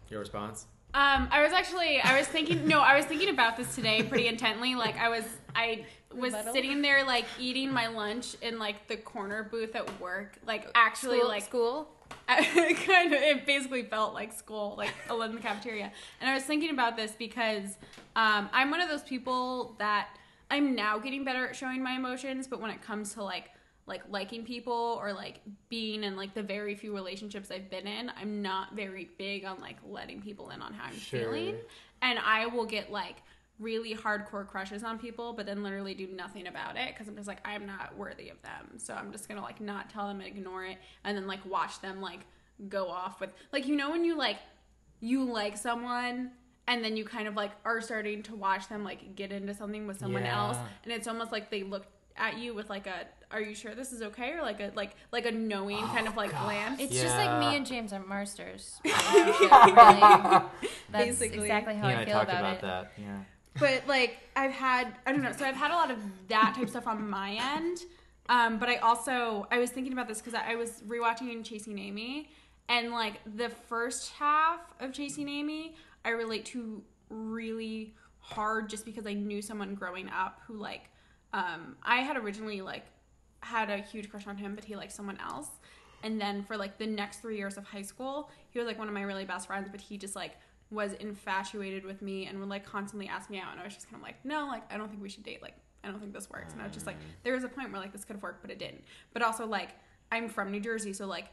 Your response? Um, I was actually, I was thinking, no, I was thinking about this today pretty intently. Like, I was, I was Rebuttal? sitting there, like, eating my lunch in, like, the corner booth at work. Like, actually, school, like, school. I kind of it basically felt like school, like I lived in the cafeteria. And I was thinking about this because um, I'm one of those people that I'm now getting better at showing my emotions, but when it comes to like like liking people or like being in like the very few relationships I've been in, I'm not very big on like letting people in on how I'm Sure. feeling. And I will get like really hardcore crushes on people but then literally do nothing about it because i'm just like i'm not worthy of them so i'm just gonna like not tell them and ignore it and then like watch them like go off with like you know when you like you like someone and then you kind of like are starting to watch them like get into something with someone Yeah. else and it's almost like they look at you with like a are you sure this is okay or like a like like a knowing kind of like glance It's just like Yeah. me and James are marsters. Really. That's Basically. exactly how he and I I feel talked about, about, it. that. Yeah. but like I've had I don't know, so I've had a lot of that type of stuff on my end. Um, but I also I was thinking about this because I, I was rewatching Chasing Amy, and like the first half of Chasing Amy, I relate to really hard just because I knew someone growing up who like um, I had originally like had a huge crush on him, but he liked someone else. And then for like the next three years of high school, he was like one of my really best friends, but he just like was infatuated with me and would like constantly ask me out. And I was just kind of like, no, like I don't think we should date. Like I don't think this works. And I was just like, Mm. there was a point where like this could have worked, but it didn't. But also like I'm from New Jersey, so like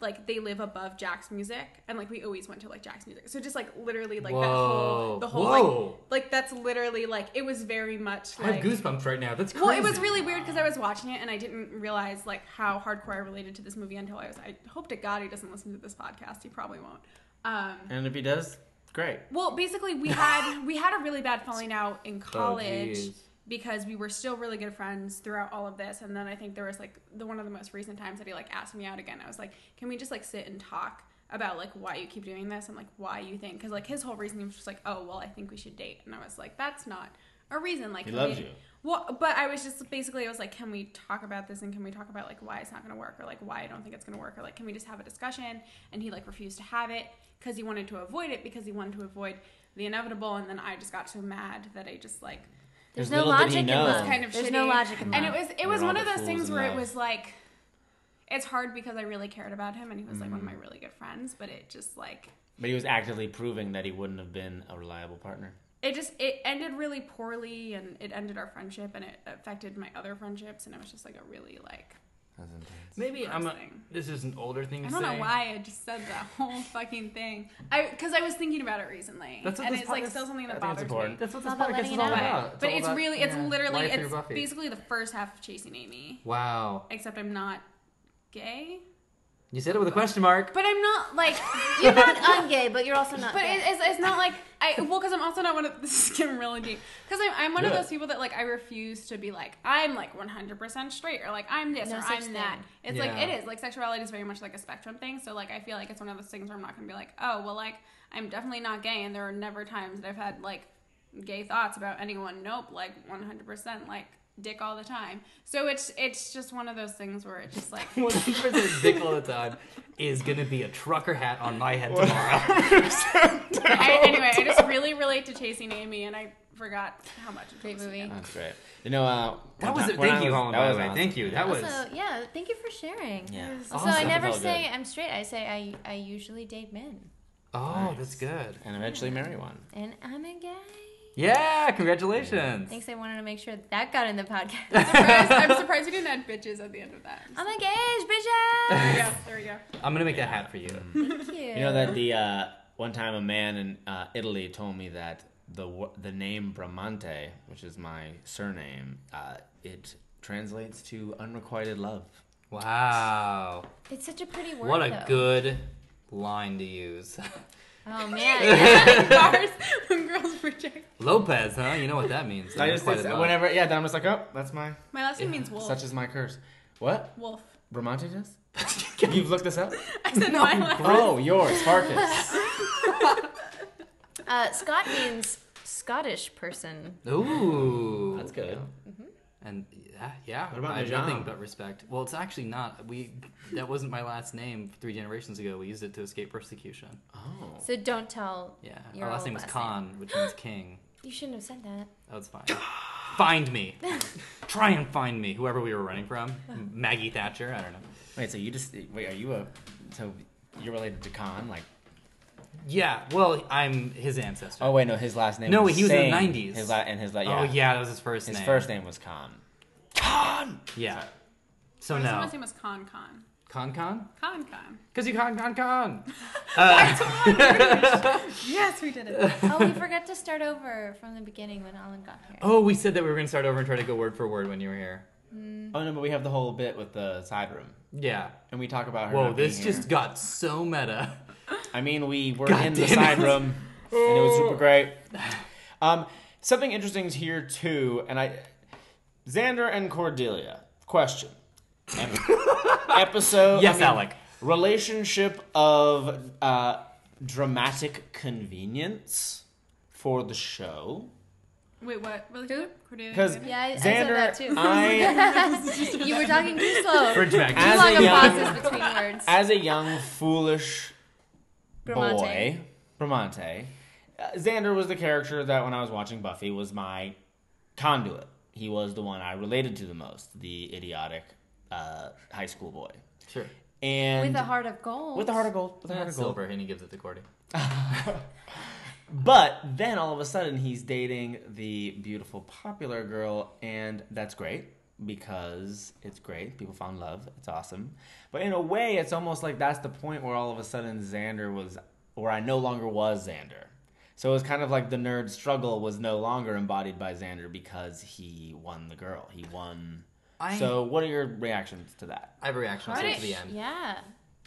like they live above Jack's music, and like we always went to like Jack's music. So just like literally like that whole Whoa. the whole Whoa. like like that's literally like it was very much I like have goosebumps right now. That's crazy. well, it was really weird because I was watching it and I didn't realize like how hardcore I related to this movie until I was. I hope to God he doesn't listen to this podcast. He probably won't. Um, And if he does, Great. Well, basically, we had we had a really bad falling out in college jeez. because we were still really good friends throughout all of this. And then I think there was like the one of the most recent times that he like asked me out again. I was like, "Can we just like sit and talk about like why you keep doing this and like why you think?" Because like his whole reason he was just like, "Oh, well, I think we should date," and I was like, "That's not a reason." Like He can loves we- you. Well, but I was just basically I was like, "Can we talk about this and can we talk about like why it's not going to work or like why I don't think it's going to work or like can we just have a discussion?" And he like refused to have it because he wanted to avoid it because he wanted to avoid the inevitable and then i just got so mad that i just like Because There's no little did he logic in know. Um, love. kind of There's shitty. no logic in and it love. was it We're was all one the of those fools things in where love. it was like it's hard because i really cared about him and he was like one Mm-hmm. of my really good friends but it just like But he was actively proving that he wouldn't have been a reliable partner. it just it ended really poorly and it ended our friendship and it affected my other friendships and it was just like a really like That's intense. Maybe I'm. A, Interesting. this is an older thing to i don't say. know why i just said that whole fucking thing i because i was thinking about it recently That's what and this it's like podcast- still something I that think it's bothers me important. That's what It's this all about podcast is letting it all out. about. but all it's about, really it's yeah, literally life through it's Buffy. basically the first half of chasing amy Wow. except I'm not gay. You said it with a question mark. But I'm not like, You're not ungay, but you're also not. but gay. it, it's, it's not like I well because I'm also not one of this is getting really deep because I'm, I'm one of Do it. those people that like I refuse to be like I'm like 100 percent straight or like I'm this No or such I'm that. thing. It's Yeah. like it is like sexuality is very much like a spectrum thing. So like I feel like it's one of those things where I'm not gonna be like oh well like I'm definitely not gay and there are never times that I've had like gay thoughts about anyone. Nope, like 100 percent like dick all the time. So it's it's just one of those things where it's just like One hundred percent dick all the time is gonna be a trucker hat on my head tomorrow. I, anyway, I just really relate to Chasing Amy, and I forgot how much. until Great this movie. weekend. That's great. You know, uh, that when was I- it. when I Thank you, was- Holland. that By was the way, awesome. thank you. That was. also, yeah, thank you for sharing. Yeah. Yes. Also, I Awesome. never That's all say good. I'm straight. I say I, I usually date men, Oh, that's good. And eventually marry one. and I'm a guy. Yeah, congratulations. Thanks. I wanted to make sure that got in the I'm podcast. surprised, I'm surprised you didn't add bitches at the end of that. I'm engaged, bitches. There we go. There we go. I'm gonna make that hat for you. Thank you. You know that the uh, one time a man in uh, Italy told me that the wo- the name Bramante, which is my surname, uh, it translates to unrequited love. Wow. It's such a pretty word. What a though. good line to use. Oh man. Bars when girls project. Lopez, huh? You know what that means. I just Quite a lot. whenever yeah, then I'm just like, oh, that's my My last name means wolf. such is my curse. What wolf. Bramante does? You've looked this up? I said my last. Oh, yours, Farkas. uh, Scott means Scottish person. Ooh. That's good. And yeah, yeah. about I have Najam? nothing but respect. Well, it's actually not. We that wasn't my last name three generations ago. We used it to escape persecution. Oh, So don't tell. Yeah, Your our last old name was last Khan, which means king. You shouldn't have said that. That was fine. find me. Try and find me. Whoever we were running from, Maggie Thatcher. I don't know. wait. So you just wait? Are you a so you're related to Khan? Like Yeah. Well, I'm his ancestor. oh wait, no, his last name. No, was he was in the Singh. 90s. His la- and his la- yeah. Oh yeah, that was his first His name. first name was Khan. Khan. Yeah. So My no. last name was Con Con. Con Con? Con Con. Cause you con con con. Uh, Yes, we did it. Oh, we forgot to start over from the beginning when Alan got here. Oh, we said that we were gonna start over and try to go word for word when you were here. Oh no, but we have the whole bit with the side room, Yeah. and we talk about her. Whoa, not being this here. just got so meta. I mean, we were God in the damn side it. Oh. room, and it was super great. Um, something interesting is here too, and I, Xander and Cordelia. Question. Ep- episode. I Yes, mean, Alec. Relationship of uh, dramatic convenience for the show. Wait, what? Really? Who? Cordelia. Because Yeah, I- I said Xander, that too. I you were talking too slow. Fridge mag. too As long a of young- pauses between words. as a young foolish Bramante. boy, Bramante, uh, Xander was the character that when I was watching Buffy was my conduit. He was the one I related to the most, the idiotic uh, high school boy. Sure. And With a heart of gold. with a heart of gold, with a heart That's of gold. silver, and he gives it to Cordy. But then all of a sudden he's dating the beautiful popular girl, and that's great because it's great. People found love. It's awesome. But in a way, it's almost like that's the point where all of a sudden Xander was, where I no longer was Xander. So it was kind of like the nerd struggle was no longer embodied by Xander because he won the girl. He won. I- so what are your reactions to that? I have a reaction. I'll say it to the Fridge, end. Yeah.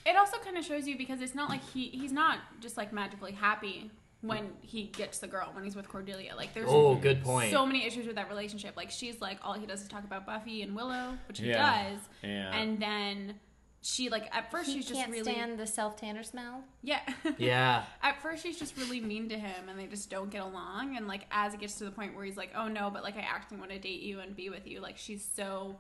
It also kind of shows you because it's not like he he's not just like magically happy when he gets the girl when he's with Cordelia. Like there's Oh, good point. so many issues with that relationship. Like she's like all he does is talk about Buffy and Willow, which he Yeah. does, Yeah. and then she like at first He she's just can't really stand the self tanner smell. yeah. yeah. At first, she's just really mean to him, and they just don't get along. And like, as it gets to the point where he's like, "Oh no, but like, I actually want to date you and be with you," like, she's so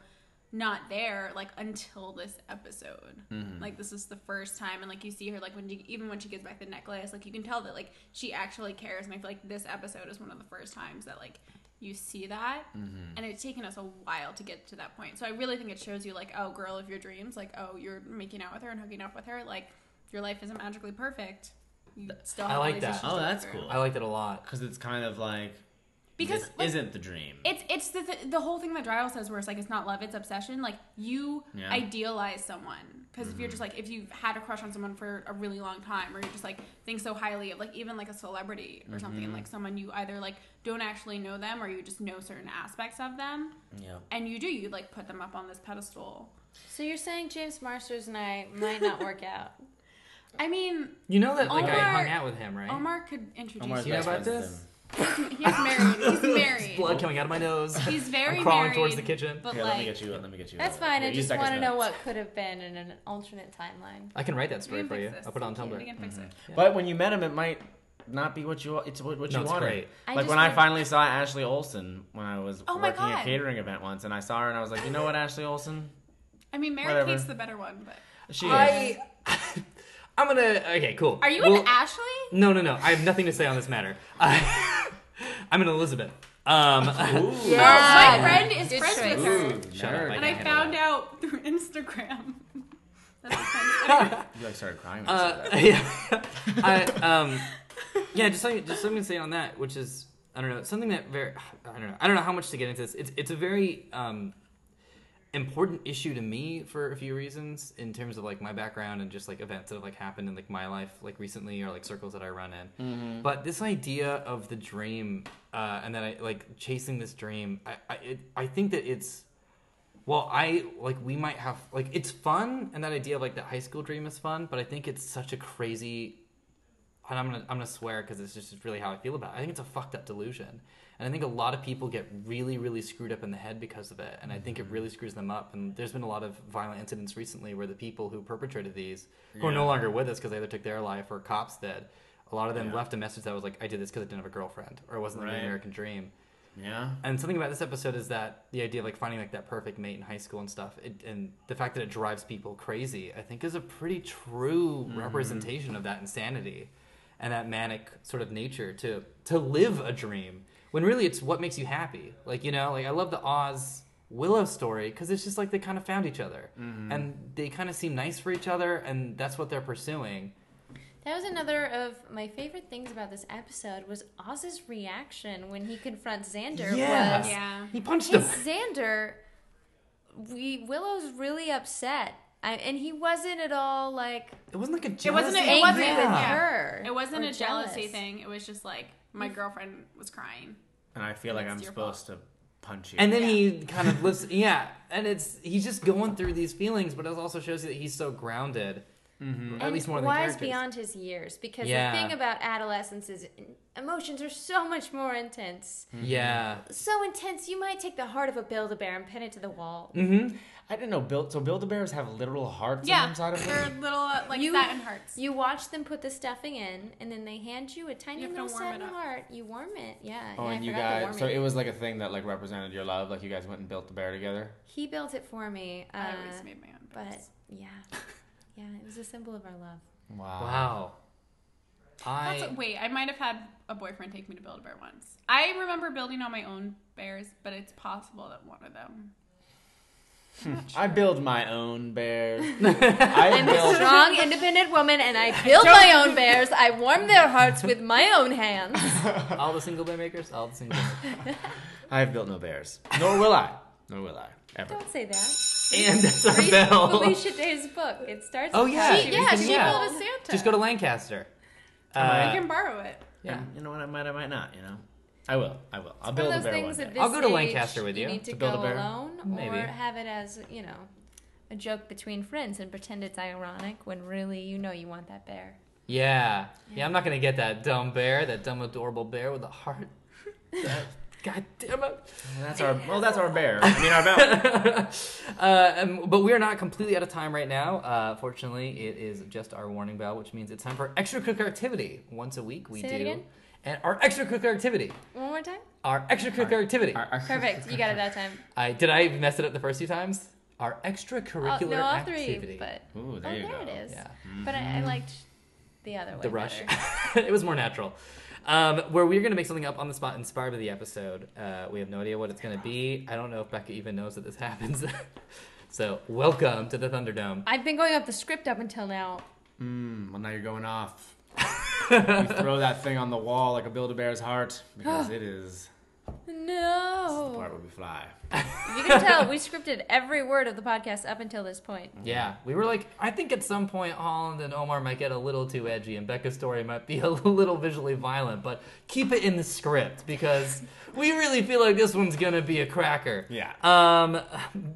not there. Like until this episode, Mm-hmm. like this is the first time, and like you see her like when she, even when she gives back the necklace, like you can tell that like she actually cares. And I feel like this episode is one of the first times that like you see that, Mm-hmm. and it's taken us a while to get to that point. So I really think it shows you like, oh, girl of your dreams, like, oh, you're making out with her and hooking up with her, like. Your life isn't magically perfect. You still I have like all these that. issues Oh, to work that's through. cool. I liked it a lot. Because it's kind of like Because this like, isn't the dream. it's it's the, the the whole thing that Dryle says where it's like it's not love, it's obsession. Like you Yeah. idealize someone because Mm-hmm. if you're just like if you've had a crush on someone for a really long time, or you just like think so highly of like even like a celebrity or something, Mm-hmm. like someone you either like don't actually know them or you just know certain aspects of them, yeah. and you do you like put them up on this pedestal. So you're saying James Marsters and I might not work out? I mean, You know that like I Omar- hung out with him, right? Omar could introduce Omar's you you. know best about friends this? with him. He's married. He's married. Blood coming out of my nose. He's very I'm crawling married, towards the kitchen. But Here, like, let me get you. Let me get you. That's uh, fine. here, I you just stack us want to down. know what could have been in an alternate timeline. I can write that story We can for you. fix this. I'll put it on Thank you. we Tumblr. Mm-hmm. can fix it. But when you met him, it might not be what you. It's what, what No, you it's wanted. great. I like just when I want- finally saw Ashley Olsen when I was Oh my working a God. catering event once, and I saw her, and I was like, you know what, Ashley Olsen, I mean, Mary Whatever. Kate's the better one, but she is. I, I'm gonna. Okay, cool. are you Well- an Ashley? No, no, no. I have nothing to say on this matter. I, I'm an Elizabeth. Um, My friend is Good friends choice. with her, Shut up, nerd. and I handle found that. out through Instagram. That's funny. You like started crying. When you said uh, that. yeah. I, um, yeah, just something, just something to say on that, which is I don't know something that very I don't know I don't know how much to get into this. It's it's a very um, important issue to me for a few reasons in terms of like my background and just like events that have like happened in like my life like recently or like circles that I run in. But this idea of the dream uh, and that I like chasing this dream, I I, it, I think that it's well, I like we might have like it's fun and that idea of like that high school dream is fun, but I think it's such a crazy and I'm gonna I'm gonna swear because it's just really how I feel about. it. I think it's a fucked up delusion, and I think a lot of people get really really screwed up in the head because of it, and I Mm-hmm. think it really screws them up. And there's been a lot of violent incidents recently where the people who perpetrated these, who are no longer with us because they either took their life or cops did, a lot of them Yeah. left a message that was like, "I did this because I didn't have a girlfriend or it wasn't the Right. American dream." yeah. And something about this episode is that the idea of like finding like that perfect mate in high school and stuff, it, and the fact that it drives people crazy, I think is a pretty true representation of that insanity and that manic sort of nature to to live a dream when really it's what makes you happy. Like you know, like I love the Oz Willow story because it's just like they kind of found each other and they kind of seem nice for each other, and that's what they're pursuing. That was another of my favorite things about this episode was Oz's reaction when he confronts Xander. Yeah. Was, yeah. He punched Hey, him. Xander, we Willow's really upset, I, and he wasn't at all like It wasn't like a jealousy. It wasn't. A, angry it wasn't. with yeah. her It wasn't or a jealousy jealous. thing. It was just like my girlfriend was crying. And I feel like It's I'm your supposed to punch you. And then he kind of lives, yeah. And it's he's just going through these feelings, but it also shows you that he's so grounded, at and least more than wise characters. beyond his years. Because Yeah. the thing about adolescence is emotions are so much more intense, Yeah, so intense you might take the heart of a Build-A-Bear and pin it to the wall. Mm-hmm. I didn't know. Build so Build a Bears have literal hearts on Yeah, the inside of them. they're little uh, like You- satin hearts. You watch them put the stuffing in, and then they hand you a tiny You have to little warm it satin up. heart. You warm it, yeah. Oh, yeah, and I you forgot to warm guys. So it. it was like a thing that like represented your love. Like you guys went and built the bear together. He built it for me, uh, I always made my own. but bears. yeah, yeah, it was a symbol of our love. Wow. wow. I That's, wait, I might have had a boyfriend take me to build a bear once. I remember building on my own bears, but it's possible that one of them. Hmm. I build my own bears. I build. Strong, independent woman, and I build my own bears. I warm their hearts with my own hands. all the single bear makers, all the single. I have built no bears. Nor will I. Nor will I ever. Don't say that. and that's our Read bell. Felicia Day's book. It starts. Oh with yeah, how you she- can- yeah, she yeah. built a Santa. Just go to Lancaster. I Uh, can borrow it. yeah, You know what? I might. I might not. You know. I will. I will. I'll It's one build of a those bear one things day. at this I'll go to age, Lancaster with you need to, to go build a bear. alone, Maybe. or have it as you know, a joke between friends and pretend it's ironic when really you know you want that bear. Yeah. yeah. I'm not gonna get that dumb bear, that dumb adorable bear with a heart. That- God damn it. That's our well, that's our bear. I mean, our bear. Uh, um, but we are not completely out of time right now. Uh, fortunately, it is just our warning bell, which means it's time for extracurricular activity. Once a week, we Say do. that again? And our extracurricular activity. One more time. Our extracurricular activity. Our- our- Perfect. You got it that time. I did I mess it up the first two times? Our Oh, extracurricular no, all three, activity. but Ooh, there oh, you there go. it is. Yeah. But I, I liked the other one. the rush. better. it was more natural. Um, where we're gonna make something up on the spot inspired by the episode. Uh, we have no idea what it's gonna be. I don't know if Becca even knows that this happens. so welcome to the Thunderdome. I've been going up the script up until now. Hmm, Mm, well, now you're going off. you throw that thing on the wall like a Build-A-Bear's heart because it is the No. part where we fly. You can tell we scripted every word of the podcast up until this point. Yeah, we were like, I think at some point Holland and Omar might get a little too edgy, and Becca's story might be a little visually violent, but keep it in the script because we really feel like this one's gonna be a cracker. Yeah. Um,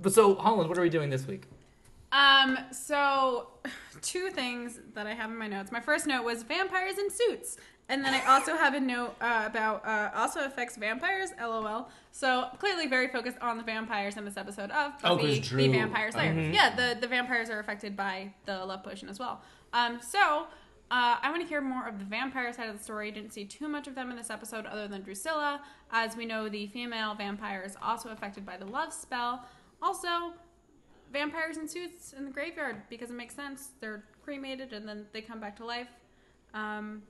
but so Holland, what are we doing this week? Um, so two things that I have in my notes. My first note was vampires in suits. And then I also have a note uh, about uh, also affects vampires, lol. So clearly very focused on the vampires in this episode of Oh, 'cause Buffy the Drew- Mm-hmm. Vampire Slayer. Yeah, the, the vampires are affected by the love potion as well. Um, so uh, I want to hear more of the vampire side of the story. Didn't see too much of them in this episode other than Drusilla. As we know, the female vampire is also affected by the love spell. Also, vampires in suits in the graveyard because it makes sense. They're cremated and then they come back to life. Um,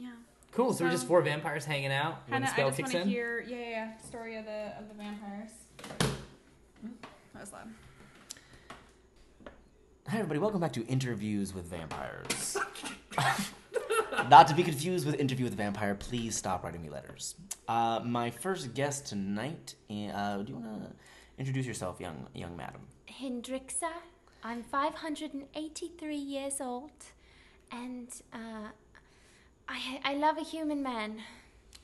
yeah, Cool. So, we're just So- four vampires hanging out. when the kind of. Um, I spell just kicks want in. to hear yeah, yeah, yeah, story of the of the vampires. Oop, That was loud. Hi, everybody. Welcome back to Interviews with Vampires. Not to be confused with Interview with a Vampire, please stop writing me letters. Uh, my first guest tonight, uh, do you want to introduce yourself, young young madam? Hendrixa. I'm 583 years old, and uh, I I love a human man.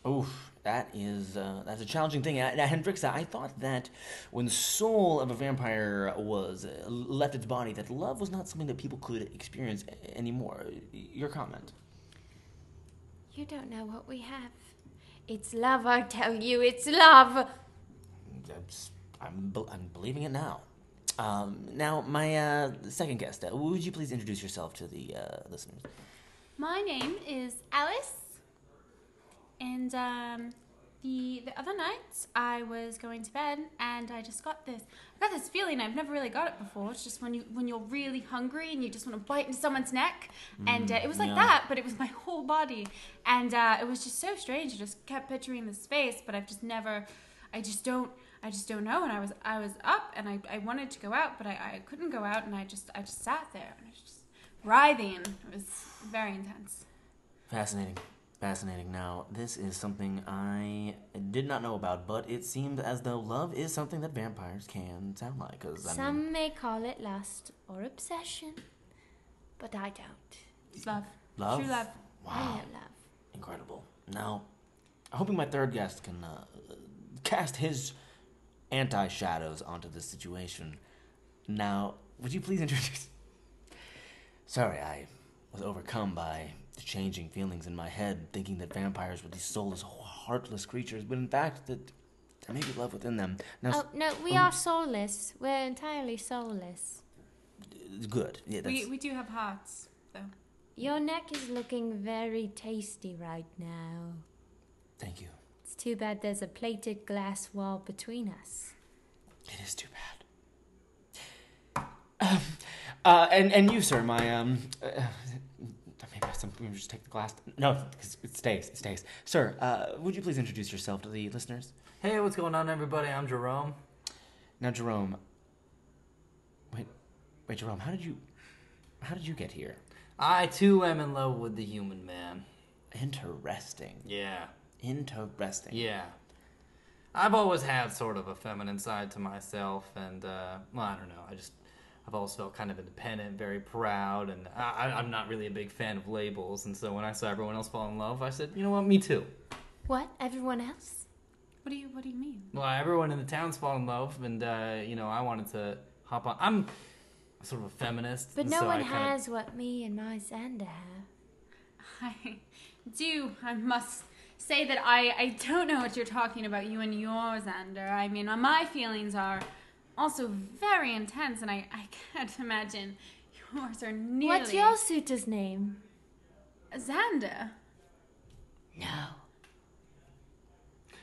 Oof, that is uh, that's a challenging thing. Uh, Now, Hendrixa, I thought that when the soul of a vampire was uh, left its body, that love was not something that people could experience a- anymore. Your comment? You don't know what we have. It's love, I tell you. It's love. I'm, s- I'm, bel- I'm believing it now. Um, now, my uh, second guest, uh, would you please introduce yourself to the uh, listeners? My name is Alice, and um, the the other night I was going to bed and I just got this I got this feeling I've never really got it before. It's just when you when you're really hungry and you just want to bite into someone's neck, and uh, it was like Mm, yeah. that, but it was my whole body, and uh, it was just so strange. I just kept picturing this face, but I've just never, I just don't. I just don't know, and I was I was up, and I, I wanted to go out, but I, I couldn't go out, and I just I just sat there, and I was just writhing. It was very intense. Fascinating. Fascinating. Now, this is something I did not know about, but it seems as though love is something that vampires can sound like. Cause, I mean, Some may call it lust or obsession, but I don't. It's love. love? True love. I Wow. know love. Incredible. Now, I'm hoping my third guest can uh, cast his anti shadows onto this situation. Now, would you please introduce. Sorry, I was overcome by the changing feelings in my head, thinking that vampires were these soulless, heartless creatures, but in fact, that there may be love within them. Now, s- Oh no, Um, we are soulless. We're entirely soulless. good. Yeah, that's, We, we do have hearts, though. Your neck is looking very tasty right now. Thank you. It's too bad there's a plated glass wall between us. It is too bad. Uh, and and you, sir, my um, uh, maybe some we just take the glass. No, 'cause it stays. It stays, sir. Uh, would you please introduce yourself to the listeners? Hey, what's going on, everybody? I'm Jerome. Now, Jerome. Wait, wait, Jerome. How did you, how did you get here? I too am in love with the human man. Interesting. Yeah, Interesting. yeah. I've always had sort of a feminine side to myself, and uh, well, I don't know. I just I've always felt kind of independent, very proud, and I, I- I'm not really a big fan of labels. And so when I saw everyone else fall in love, I said, you know what, me too. What? Everyone else? What do you What do you mean? Well, everyone in the town's fallen in love, and uh, you know, I wanted to hop on. I'm sort of a feminist. But and no so one I kinda- has what me and my Xander have. I do. I must say that I, I don't know what you're talking about, you and yours, Xander. I mean, my feelings are also very intense, and I, I can't imagine yours are nearly. What's your suitor's name? Xander. No.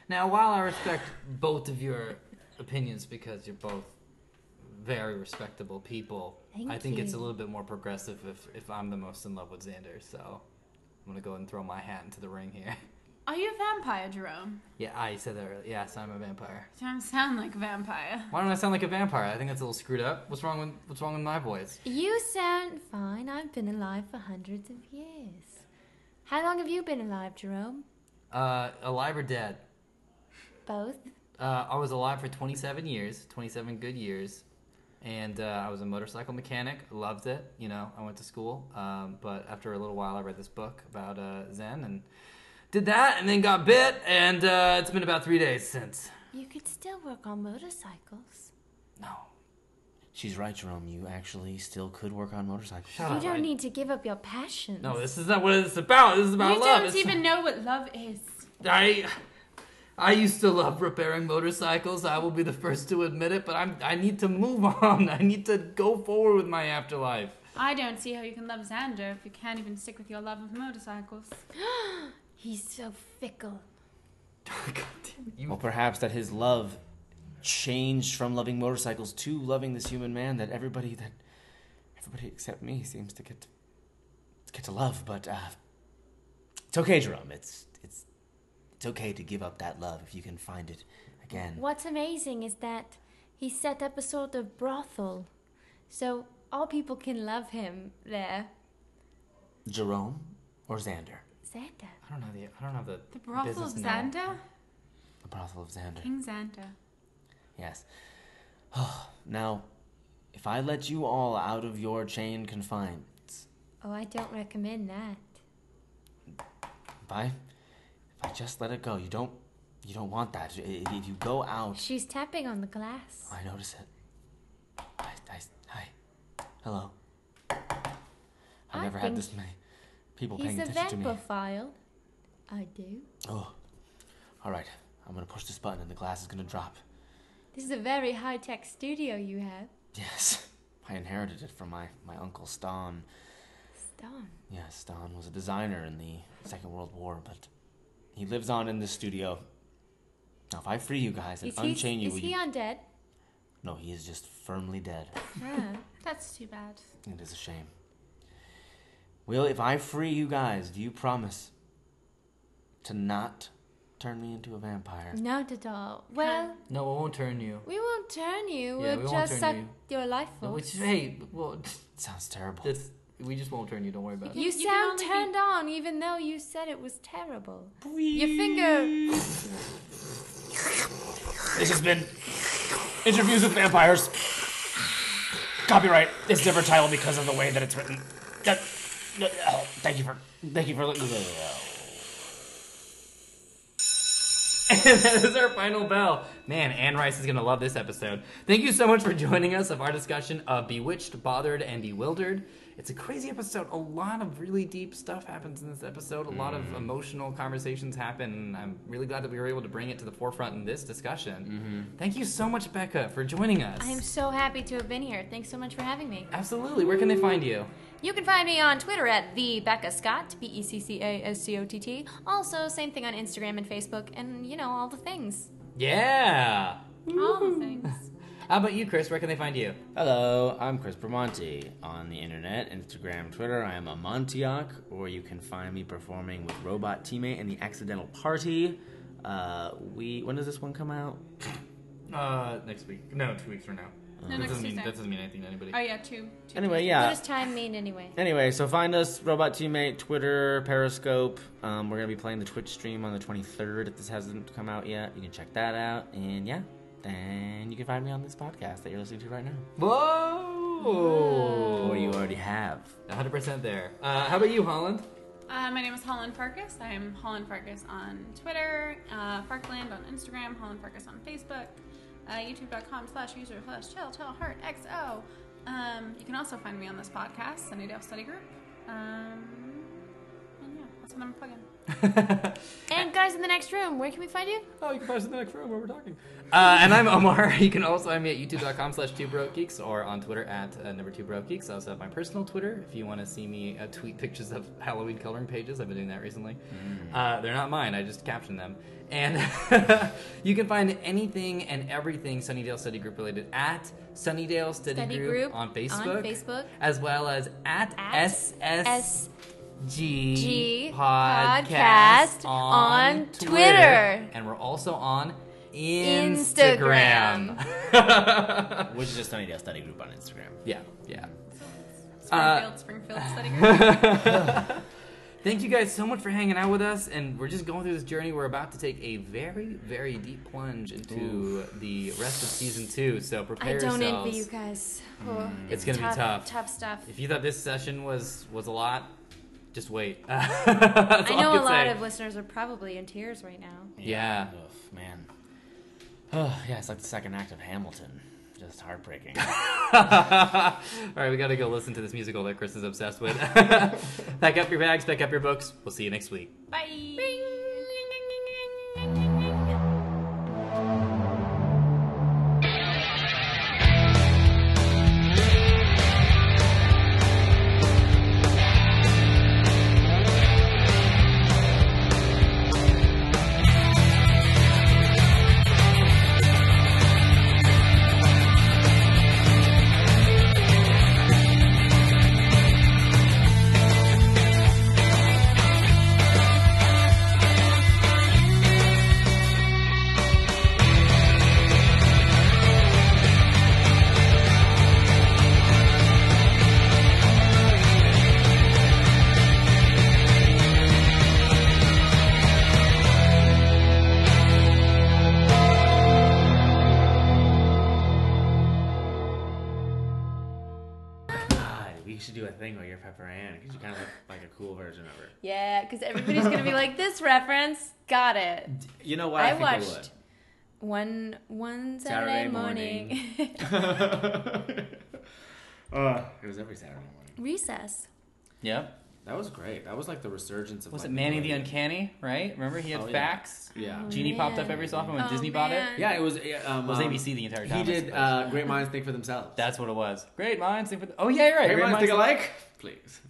Now, while I respect both of your opinions because you're both very respectable people, Thank I think it's a you. little bit more progressive if, if I'm the most in love with Xander. So I'm gonna go and throw my hat into the ring here. Are you a vampire, Jerome? Yeah, I said that earlier. Yes, I'm a vampire. You don't sound like a vampire. Why don't I sound like a vampire? I think that's a little screwed up. What's wrong with What's wrong with my voice? You sound fine. I've been alive for hundreds of years. How long have you been alive, Jerome? Uh, alive or dead? Both. Uh, I was alive for 27 years, 27 good years, and uh, I was a motorcycle mechanic. Loved it. You know, I went to school, um, but after a little while, I read this book about uh, Zen and did that, and then got bit, and uh, it's been about three days since. You could still work on motorcycles. No, She's right, Jerome. You actually still could work on motorcycles. shut you up. don't I- need to give up your passions. No, this is not what it's about. This is about you love. don't It's- even know what love is. I I used to love repairing motorcycles. I will be the first to admit it, but I'm I need to move on. I need to go forward with my afterlife. I don't see how you can love Xander if you can't even stick with your love of motorcycles. He's so fickle. you Well, perhaps that his love changed from loving motorcycles to loving this human man that everybody that everybody except me seems to get to get to love. But uh, it's okay, Jerome. It's it's it's okay to give up that love if you can find it again. What's amazing is that he set up a sort of brothel, so all people can love him there. Jerome or Xander, Xander. I don't know the I don't know the The brothel business of Xander? now. the brothel of Xander. King Xander. Yes. now, if I let you all out of your chained confines, Oh, I don't recommend that. if I if I just let it go, you don't you don't want that. I- i- If you go out She's tapping on the glass. I notice it. I, I, hi. Hello. I I never had think this many people He's paying a attention to me. vampophile. I do. Oh. All right. I'm going to push this button and the glass is going to drop. This is a very high tech studio you have. Yes. I inherited it from my, my uncle Stan. Stan. Yes, Stan was a designer in the Second World War, but he lives on in this studio. Now, if I free you guys and Is he, unchain you, is will he you... undead? No, he is just firmly dead. Ah. That's too bad. It is a shame. Will, if I free you guys, do you promise to not turn me into a vampire? Not at all. Well, No, it won't turn you. we won't turn you. Yeah, we'll we won't just turn suck you. your life No, force. which hey, well, sounds terrible. that's we just won't turn you. Don't worry about it. You, You can sound only be- turned on, even though you said it was terrible. Your finger. This has been interviews with vampires. Copyright is never titled because of the way that it's written. That- that- oh, Thank you for thank you for. And that is our final bell. Man, Anne Rice is gonna love this episode. Thank you so much for joining us of our discussion of Bewitched, Bothered, and Bewildered. It's a crazy episode. A lot of really deep stuff happens in this episode. A lot of emotional conversations happen. and I'm really glad that we were able to bring it to the forefront in this discussion. Thank you so much, Becca, for joining us. I'm so happy to have been here. Thanks so much for having me. Absolutely. Where can they find you? You can find me on Twitter at the Becca Scott, B E C C A S C O T T. Also, same thing on Instagram and Facebook, and you know all the things. Yeah. All the things. How about you, Chris? Where can they find you? Hello, I'm Chris Bramante on the internet, Instagram, Twitter. I am a Montioc, or you can find me performing with Robot Teammate and the Accidental Party. Uh, we when does this one come out? Uh, next week. No, two weeks from now. No, that, next doesn't mean, Tuesday. that doesn't mean anything to anybody. Oh, yeah, two. two Anyway, what yeah. does time mean anyway? Anyway, so find us Robot Teammate, Twitter, Periscope. Um, we're gonna be playing the Twitch stream on the 23rd. If this hasn't come out yet, you can check that out. And yeah, then you can find me on this podcast that you're listening to right now, Whoa! or Oh, you already have. 100% there. Uh, how about you, Holland? Uh, my name is Holland Farkas. I am Holland Farkas on Twitter, uh, Farkland on Instagram, Holland Farkas on Facebook, uh, youtube.com slash user slash chill, chill, heart, XO. Um, you can also find me on this podcast, Sunny Dale Study Group. Um, and yeah, that's what I'm plugging. And guys in the next room, where can we find you? Oh, you can find us in the next room where we're talking. Uh, and I'm Omar. You can also find me at youtube.com slash two broke geeks or on Twitter at uh, number two broke geeks. I also have my personal Twitter if you want to see me uh, tweet pictures of Halloween coloring pages. I've been doing that recently. Uh, they're not mine, I just captioned them. And you can find anything and everything Sunnydale Study Group related at Sunnydale Study, Study Group, Group on on Facebook. Facebook. As well as at, At SSG S G G Podcast podcast, on on, Twitter. Twitter. and we're also on Instagram. Instagram. Which is just Sunnydale Study Group on Instagram. yeah, yeah. Springfield, Springfield Study Group. Thank you guys so much for hanging out with us, and we're just going through this journey. We're about to take a very, very deep plunge into the rest of season two, so prepare I don't yourselves. envy you guys. Oh, It's gonna be tough. Tough stuff. If you thought this session was was a lot, just wait. I know a lot of listeners are probably in tears right now. Yeah. Oof, man. Oh, yeah, it's like the second act of Hamilton. Just heartbreaking. All right, we got to go listen to this musical that Chris is obsessed with. pack up your bags, pack up your books. We'll see you next week. Bye. God, we should do a thing where you're Pepper Ann because you kind of look like a cool version of her. Yeah, because everybody's gonna be like, "This reference, got it." You know what? I, I, think watched I would. one one Saturday, Saturday morning, uh, it was every Saturday morning. recess. Yeah. That was great. That was like the resurgence of. Was like, it Manny Nickelodeon. the Uncanny? Right? Remember he had Oh, yeah. facts. Yeah. Genie popped up every so often Oh, when Oh, Disney bought it. Yeah, it was. yeah, Um, It was um, ABC the entire time. He I did suppose. uh, Great Minds Think for Themselves. That's what it was. Great minds think for. The- oh yeah, you're right. Great, Minds Think minds- Alike? Please.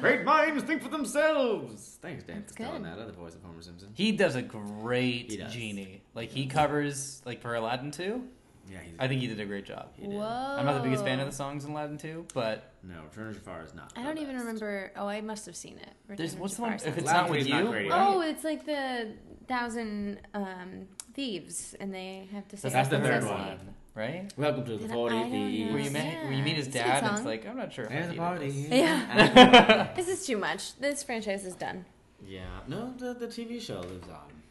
great Minds Think for Themselves! Thanks, Dan, for good. telling that other voice of Homer Simpson. He does a great He does. genie. Like he covers like for Aladdin 2. Yeah, he's. I think he did a great job. He did. Whoa! I'm not the biggest fan of the songs in Aladdin 2, but No, Return of Jafar is not. I the don't even best. remember. Oh, I must have seen it. Return there's of what's the one? Jafar If sounds- it's Aladdin not 3 with is not you, great either. Oh, it's like the thousand um, thieves, and they have to save That's the third princess. one. right? Welcome to the E. Then party. I don't know. Where you meet Yeah, where you meet his it's a good dad, and it's song. like I'm not sure. If There's I a need party. this. Yeah. this is too much. This franchise is done. Yeah. No, the, the TV show lives on.